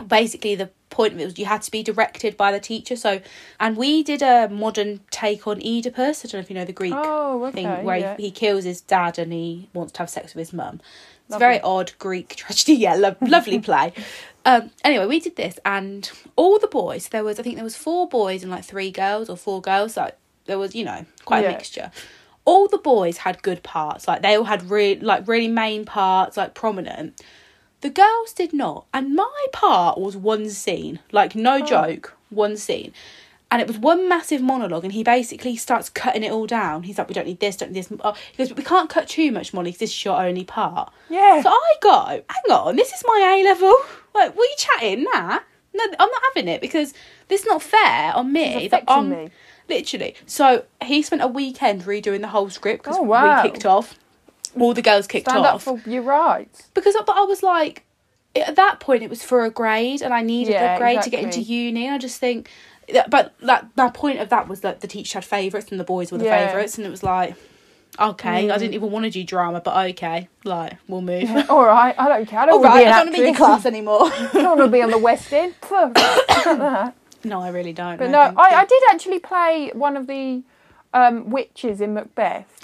S2: basically the point of it was you had to be directed by the teacher. So, and we did a modern take on Oedipus. I don't know if you know the Greek
S1: Oh, okay.
S2: thing where
S1: yeah.
S2: he, he kills his dad and he wants to have sex with his mum. It's a
S1: Lovely.
S2: very odd Greek tragedy. Yeah, lo- lovely play. Um, anyway, we did this and all the boys. There was I think there was four boys and like three girls or four girls. Like there was you know quite
S1: Yeah.
S2: a mixture. All the boys had good parts, like they all had really like really main parts, like prominent. The girls did not, and my part was one scene, like no
S1: Oh.
S2: joke, one scene. And it was one massive monologue, and he basically starts cutting it all down. He's like, "We don't need this, don't need this." Oh, He goes, "But we can't cut too much, Molly, 'cause this is your only part."
S1: Yeah.
S2: So I go, hang on, this is my A level. Like, what are you chatting? Nah. No, I'm not having it because this is not fair on me. that
S1: affecting
S2: I'm-
S1: me.
S2: Literally. So he spent a weekend redoing the whole script because
S1: Oh, wow.
S2: we kicked off. All the girls kicked
S1: Stand
S2: off
S1: up for your rights.
S2: because but I was like at that point it was for a grade and I needed
S1: Yeah,
S2: a grade to get
S1: exactly.
S2: into uni and I just think that- but that my point of that was that the teacher had favourites and the boys were the
S1: Yeah. Mm.
S2: favourites and it was like okay I didn't even want to do drama but okay like we'll move
S1: All right, I don't care. I don't
S2: all
S1: want
S2: right
S1: to be an
S2: I don't want to be in your class anymore
S1: I don't want to be on the West End. but
S2: no I really don't
S1: no, I,
S2: thank you.
S1: I did actually play one of the um, witches in Macbeth.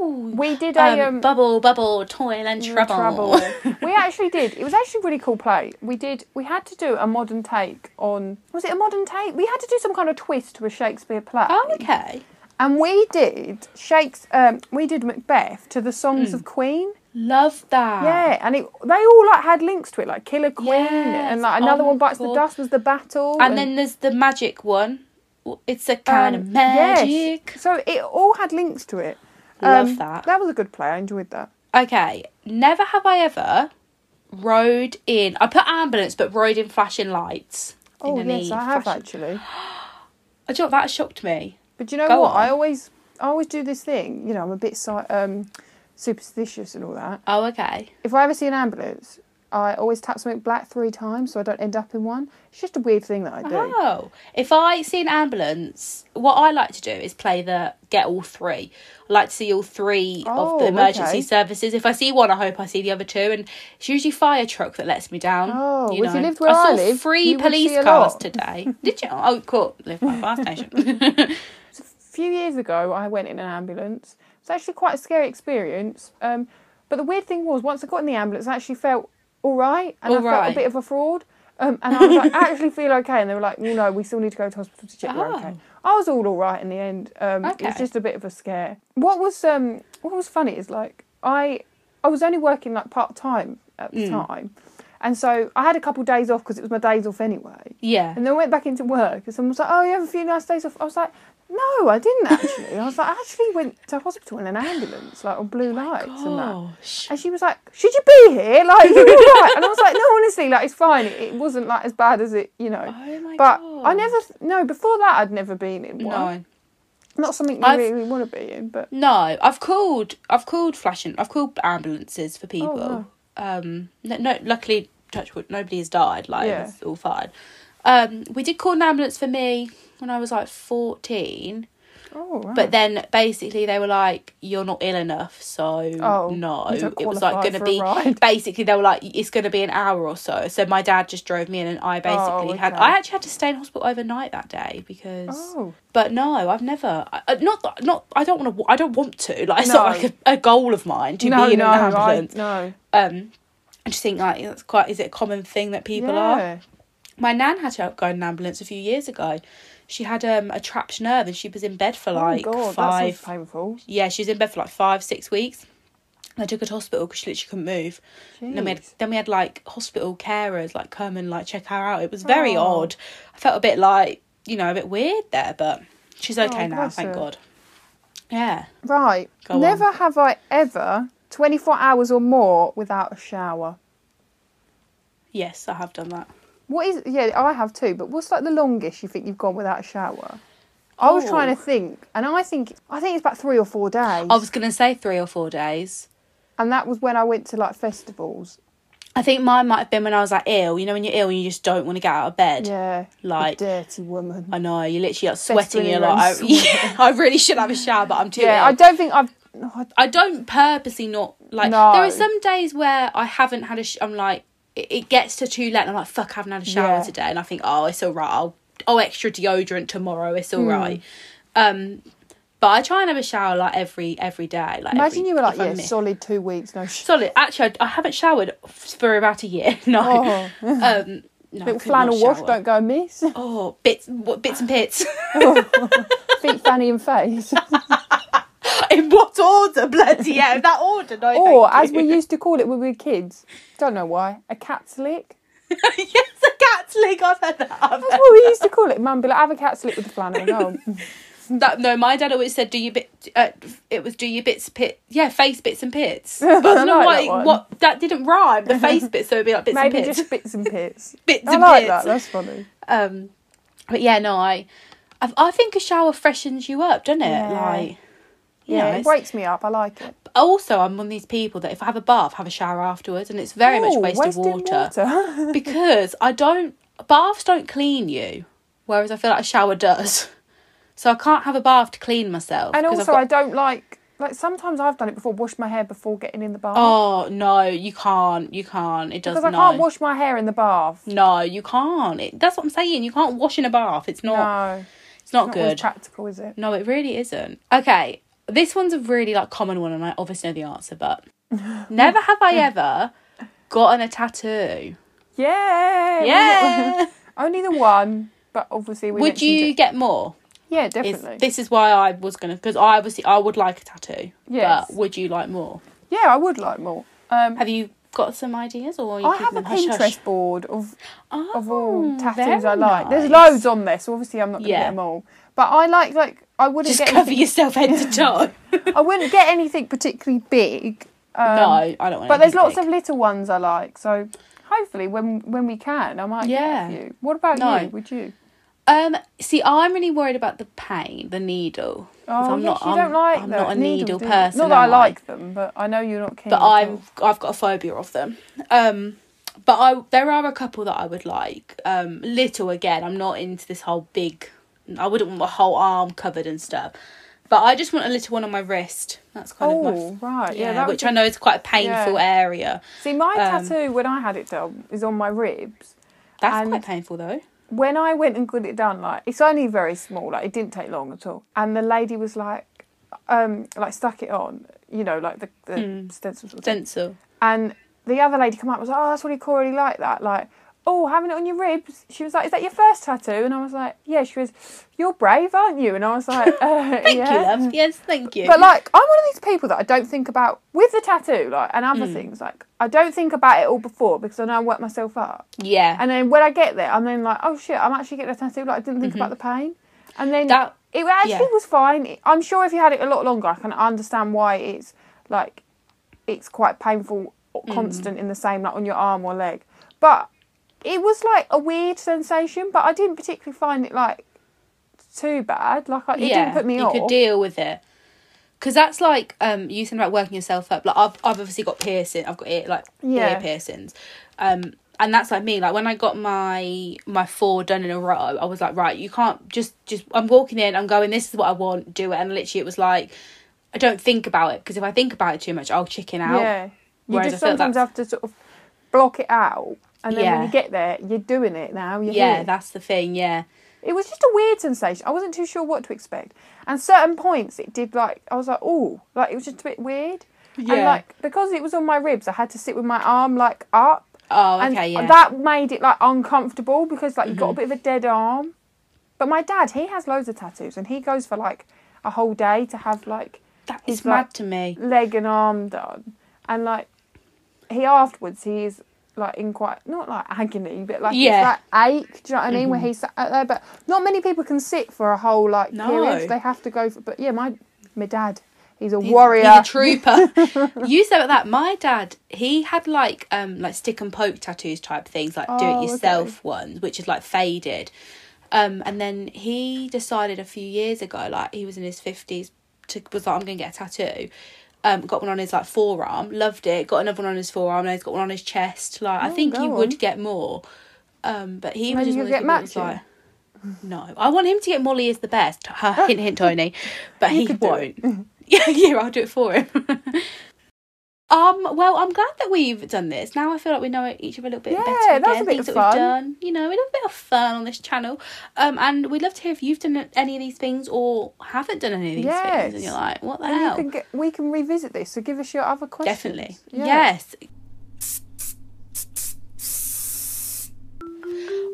S2: oh
S1: We did
S2: um,
S1: a um, Mm,
S2: bubble bubble toil and trouble,
S1: Trouble. we actually did. It was actually a really cool play. We did. We had to do a modern take on. Was it a modern take? We had to do some kind of twist to a Shakespeare play.
S2: oh okay
S1: And we did Shakes. Um, we did Macbeth to the songs
S2: Hmm.
S1: of Queen.
S2: love that
S1: Yeah, and it, they all like had links to it, like Killer Queen
S2: Yes.
S1: and like
S2: Oh
S1: another
S2: my
S1: one bites the
S2: God.
S1: dust was the battle.
S2: and then there's the magic one it's a kind of
S1: um, yes.
S2: magic
S1: So it all had links to it. Um,
S2: Love that.
S1: That was a good play. I enjoyed that.
S2: Okay, never have I ever rode in. I put ambulance, but rode in flashing lights.
S1: Oh
S2: in
S1: yes, I have
S2: flashing-
S1: actually.
S2: Oh, do you know what? that shocked me?
S1: But you know
S2: Go
S1: what?
S2: on.
S1: I always, I always do this thing. You know, I'm a bit si- um, superstitious and all that.
S2: Oh, okay.
S1: If I ever see an ambulance, I always tap something black three times so I don't end up in one. It's just a weird thing that I do.
S2: Oh, if I see an ambulance, what I like to do is play the get all three. I like to see all three
S1: Oh,
S2: of the emergency
S1: okay.
S2: services. If I see one, I hope I see the other two, and it's usually fire truck that lets me down.
S1: Oh, well, if you lived where
S2: I
S1: I
S2: saw
S1: live,
S2: three
S1: you would
S2: police
S1: see a
S2: cars
S1: lot.
S2: today. Did you? Oh, cool. Live by a fire station.
S1: A few years ago, I went in an ambulance. It was actually quite a scary experience. Um, but the weird thing was, once I got in the ambulance, I actually felt all right, and I felt a
S2: Alright.
S1: bit of a fraud. Um, and I was like, I actually feel okay. And they were like, you know, we still need to go to hospital to check you're
S2: Oh.
S1: okay. I was all all right in the end. Um, It was
S2: Okay.
S1: just a bit of a scare. What was um, what was funny is like I I was only working like part time at the time, and so I had a couple days off because it was my days off anyway.
S2: yeah.
S1: And then I went back into work, and someone was like, "Oh, you have a few nice days off." I was like, "No, I didn't actually." I was like, "I actually went to hospital in an ambulance, like on blue
S2: Oh
S1: lights and that."
S2: Gosh.
S1: And she was like, "Should you be here? Like, you're right." And I was like, "No, honestly, like it's fine. It, it wasn't like as bad as it, you know."
S2: Oh my
S1: but
S2: God.
S1: I never, no, before that I'd never been in one.
S2: No.
S1: Not something you
S2: I've-
S1: really want to be in, but
S2: No, I've called. I've called flashing. I've called ambulances
S1: Oh,
S2: for people.
S1: wow.
S2: Um, no, no, luckily, Touchwood, nobody has died. Like
S1: Yeah.
S2: it's all fine. Um, we did call an ambulance for me when I was like fourteen,
S1: oh, right.
S2: but then basically they were like, "You're not ill enough, so
S1: Oh,
S2: no."
S1: you don't
S2: It was
S1: qualify
S2: like going to
S1: for a
S2: be
S1: ride.
S2: basically they were like, "It's going to be an hour or so." So my dad just drove me in, and I basically had.
S1: Oh, okay.
S2: I actually had to stay in hospital overnight that day because.
S1: oh,
S2: But no, I've never. I- I, not that- not. I don't want to. I don't want to. Like it's not
S1: No.
S2: like a, a goal of mine to
S1: no,
S2: be in
S1: no,
S2: an
S1: I,
S2: ambulance.
S1: no,
S2: um, I just think like that's quite. Is it a common thing that people are?
S1: yeah.
S2: My nan had to go in an ambulance a few years ago. She had um a trapped nerve and she was in bed for like
S1: oh, God, that
S2: five.
S1: sounds painful.
S2: Yeah, she was in bed for like five six weeks. And I took her to hospital because she literally couldn't move. And then we had
S1: Jeez.
S2: then we had like hospital carers like come and like check her out. It was very
S1: Oh.
S2: odd. I felt a bit like you know a bit weird there, but she's okay
S1: Oh,
S2: now,
S1: bless
S2: thank
S1: her.
S2: God. Yeah.
S1: Right.
S2: Go
S1: Never have I ever 24 hours or more without a shower.
S2: Yes, I have done that.
S1: What is yeah, I have too, but what's like the longest you think you've gone without a shower? I was
S2: Oh.
S1: trying to think, and I think I think it's about three or four days.
S2: I was gonna say three or four days.
S1: and that was when I went to like festivals.
S2: I think mine might have been when I was like ill. You know when you're ill and you just don't want to get out of bed.
S1: Yeah. the
S2: Like-
S1: dirty woman.
S2: I know you're literally like
S1: Best
S2: sweating.
S1: when
S2: You're
S1: you're in
S2: like, I,
S1: sweat.
S2: yeah, I really should have a shower, but I'm too.
S1: yeah,
S2: ill.
S1: I don't think I've oh, I-
S2: I don't purposely not like.
S1: No.
S2: There are some days where I haven't had a. Sh- I'm like, it, it gets to too late. And I'm like, fuck, I haven't had a shower
S1: Yeah.
S2: today, and I think, oh, it's all right. I'll oh extra deodorant tomorrow. It's
S1: Hmm.
S2: all right. Um, but I try and have a shower like every every day. Like
S1: imagine
S2: every-
S1: you were like
S2: if I
S1: yeah,
S2: miss-
S1: solid two weeks, no sh-
S2: solid. Actually, I, I haven't showered f- for about a year.
S1: oh,
S2: No, um, no, I
S1: little
S2: could not
S1: flannel wash,
S2: shower.
S1: don't go miss.
S2: Oh, bits, what, bits and pits.
S1: feet, fanny, and face.
S2: In what order, bloody hell? That order, no.
S1: Or,
S2: thank
S1: Oh, as we
S2: you.
S1: used to call it when we were kids, don't know why, a cat's lick.
S2: yes, a cat's leg. I've heard that. I've
S1: That's what we used to call it. Mum be like, have a cat's lick with the flannel. Oh, No.
S2: That no, my dad always said, "Do you bit?" Uh, it was "Do you bits pit?" Yeah, face bits and pits. But I don't know
S1: like
S2: why
S1: that one.
S2: what that didn't rhyme. The face bits, so it'd be like bits
S1: Maybe
S2: and pits.
S1: just bits and pits.
S2: Bits
S1: I
S2: and
S1: like
S2: pits.
S1: that. That's funny.
S2: Um, but yeah, no, I, I, I think a shower freshens you up, doesn't it?
S1: Yeah.
S2: Like, you
S1: Yeah,
S2: know,
S1: it
S2: it's-
S1: wakes me up. I like it.
S2: also I'm one of these people that if I have a bath, have a shower afterwards, and it's very much
S1: Oh,
S2: waste of
S1: wasting
S2: water,
S1: water.
S2: because I don't baths don't clean you, whereas I feel like a shower does. So I can't have a bath to clean myself.
S1: and
S2: 'cause I've
S1: also,
S2: got-
S1: I don't like like sometimes I've done it before. Wash my hair before getting in the bath
S2: Oh no, you can't. You can't. It does
S1: because
S2: not.
S1: I can't wash my hair in the bath.
S2: No, you can't. It, that's what I'm saying. You can't wash in a bath. It's
S1: No,
S2: not. it's not,
S1: not always
S2: good.
S1: practical, is it?
S2: no, it really isn't. Okay, this one's a really like common one, and I obviously know the answer, but never have I ever gotten a tattoo.
S1: Yeah,
S2: Yeah.
S1: only the one, but obviously we
S2: Would
S1: mentioned
S2: you
S1: It.
S2: get more?
S1: Yeah,
S2: Is
S1: definitely.
S2: this is why I was gonna because I obviously I would like a tattoo.
S1: Yes.
S2: But would you like more?
S1: yeah, I would like more. Um,
S2: Have you got some ideas or are you
S1: I
S2: keeping
S1: have a
S2: them hush
S1: Pinterest
S2: hush?
S1: board of
S2: Oh,
S1: of all tattoos
S2: very
S1: I like. There's
S2: nice.
S1: loads on there, so obviously I'm not going to
S2: Yeah.
S1: get them all. But I like like I wouldn't
S2: Just
S1: get
S2: cover
S1: anything,
S2: yourself head to toe.
S1: I wouldn't get anything particularly big. Um,
S2: no, I don't want.
S1: But there's lots of little ones I like, so hopefully when when we can, I might
S2: Yeah.
S1: get a few. What about
S2: No.
S1: you? Would you?
S2: Um, see, I'm really worried about the pain, the needle. 'Cause
S1: Oh,
S2: I'm
S1: yes,
S2: not-
S1: you
S2: I'm-
S1: don't like
S2: I'm
S1: them.
S2: not a needle
S1: do you?
S2: person,
S1: Not that I
S2: am I?
S1: like them, but I know you're not keen.
S2: But
S1: on
S2: I've
S1: them.
S2: I've got a phobia of them. Um, but I there are a couple that I would like. Um, little again. I'm not into this whole big. I wouldn't want my whole arm covered and stuff. But I just want a little one on my wrist. That's kind of my
S1: Oh right, yeah. that would
S2: which
S1: be-
S2: I know is quite a painful
S1: yeah.
S2: area.
S1: See, my
S2: um,
S1: tattoo when I had it done is on my ribs.
S2: That's
S1: And-
S2: quite painful though.
S1: when I went and got it done, like it's only very small, like it didn't take long at all. And the lady was like, um, like stuck it on, you know, like the, the
S2: Hmm.
S1: stencil sort of thing.
S2: Stencil.
S1: And the other lady come up and was like, oh, that's really cool, I really like that. Like, oh, having it on your ribs. She was like, is that your first tattoo? And I was like, yeah. She was, you're brave, aren't you? And I was like, uh,
S2: Thank
S1: yeah.
S2: you, love. Yes, thank you.
S1: But like, I'm one of these people that I don't think about with the tattoo, like, and other
S2: Hmm.
S1: things. Like, I don't think about it all before because I know I work myself up.
S2: yeah.
S1: And then when I get there, I'm then like, oh shit, I'm actually getting a tattoo. Like I didn't think about the pain. And then
S2: Mm-hmm. That-
S1: it actually
S2: yeah.
S1: was fine. It- I'm sure if you had it a lot longer, I can understand why it's like it's quite painful,
S2: Mm-hmm.
S1: or constant in the same like on your arm or leg. But it was like a weird sensation, but I didn't particularly find it like too bad. Like I, it didn't put me
S2: you
S1: off.
S2: could deal with it. Because that's like um, you said about working yourself up. Like I've, I've obviously got piercing. I've got ear like
S1: Yeah.
S2: ear piercings, um, and that's like me. Like when I got my my four done in a row, I was like, right, you can't just just. I'm walking in. I'm going. This is what I want. Do it. And literally, it was like, I don't think about it because if I think about it too much, I'll chicken out.
S1: Yeah. You
S2: Whereas
S1: just
S2: I feel
S1: sometimes
S2: that's-
S1: have to sort of block it out. And then when
S2: Yeah.
S1: you get there, you're doing it now. You're
S2: Yeah,
S1: here.
S2: that's the thing. Yeah,
S1: it was just a weird sensation. I wasn't too sure what to expect. And certain points it did like I was like, oh, like it was just a bit weird. And
S2: Yeah.
S1: like because it was on my ribs, I had to sit with my arm like up.
S2: Oh,
S1: and
S2: okay, yeah. Mm-hmm.
S1: That made it like uncomfortable because like you got a bit of a dead arm. But my dad, he has loads of tattoos and he goes for like a whole day to have like
S2: that
S1: He's
S2: is mad
S1: like-
S2: to me.
S1: leg and arm done. And like he afterwards he's like in quite not like agony, but like
S2: Yeah. Mm-hmm.
S1: it's like ache. Do you know what I mean? Where he sat out there, but not many people can sit for a whole like
S2: No.
S1: period. They have to go for. But yeah, my my dad, he's a
S2: He's-
S1: warrior.
S2: He's a trooper. you said about that. My dad, he had like um like stick and poke tattoos type things, like do
S1: Oh,
S2: it
S1: okay.
S2: yourself ones, which is like faded. Um, and then he decided a few years ago, like he was in his fifties, to was like I'm gonna get a tattoo. Um, got one on his like forearm, loved it. Got another one on his forearm, and he's got one on his chest. Like I
S1: Oh,
S2: think
S1: go
S2: he would
S1: on.
S2: get more. Um, but
S1: Maybe
S2: he was just
S1: you'll
S2: one of those
S1: get
S2: people that was
S1: matching.
S2: like, no, I want him to get Molly is the best. Ha, hint, hint, Tony. But he
S1: could do it. Mm-hmm.
S2: won't. yeah, yeah, I'll do it for him. um, well, I'm glad that we've done this. Now I feel like we know each other a little bit
S1: Yeah, that
S2: better.
S1: was a
S2: again,
S1: bit
S2: things
S1: of
S2: that we've
S1: fun.
S2: done. You know, a little bit of fun on this channel. Um, and we'd love to hear if you've done any of these things or haven't done any of these things, and
S1: Yes.
S2: you're like, what the
S1: and you
S2: hell?
S1: can get, we can revisit this. So give us your other questions.
S2: Definitely.
S1: Yeah.
S2: Yes.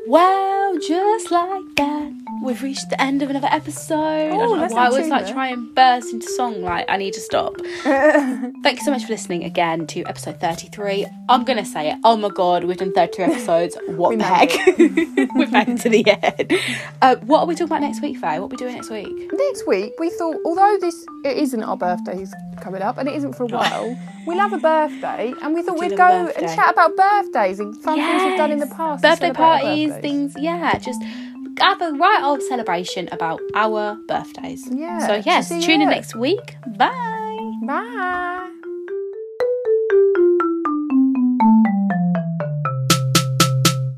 S2: Well, just like that, We've reached the end of another episode. I don't
S1: Oh,
S2: know
S1: let's
S2: why I
S1: not
S2: always
S1: do
S2: like
S1: that.
S2: try and burst into song like I need to stop. Thank you so much for listening again to episode 33. I'm gonna say it. Oh my god, we've done 33 episodes. What the
S1: made
S2: heck? we've made it to the end. Uh, what are we talking about next week, Faye? What are we doing next week?
S1: Next week, we thought, although this it isn't our birthdays coming up, and it isn't for a while, we'll have a birthday, and we thought
S2: We
S1: we'd
S2: did
S1: go
S2: have a
S1: and
S2: birthday.
S1: chat about birthdays and fun things we've done in the
S2: Yes.
S1: past. to
S2: Birthday
S1: celebrate our
S2: parties,
S1: birthdays.
S2: things, yeah, just have a right old celebration about our birthdays.
S1: Yeah,
S2: So
S1: so
S2: yes,
S1: see you
S2: tune
S1: there.
S2: in next week. Bye.
S1: Bye.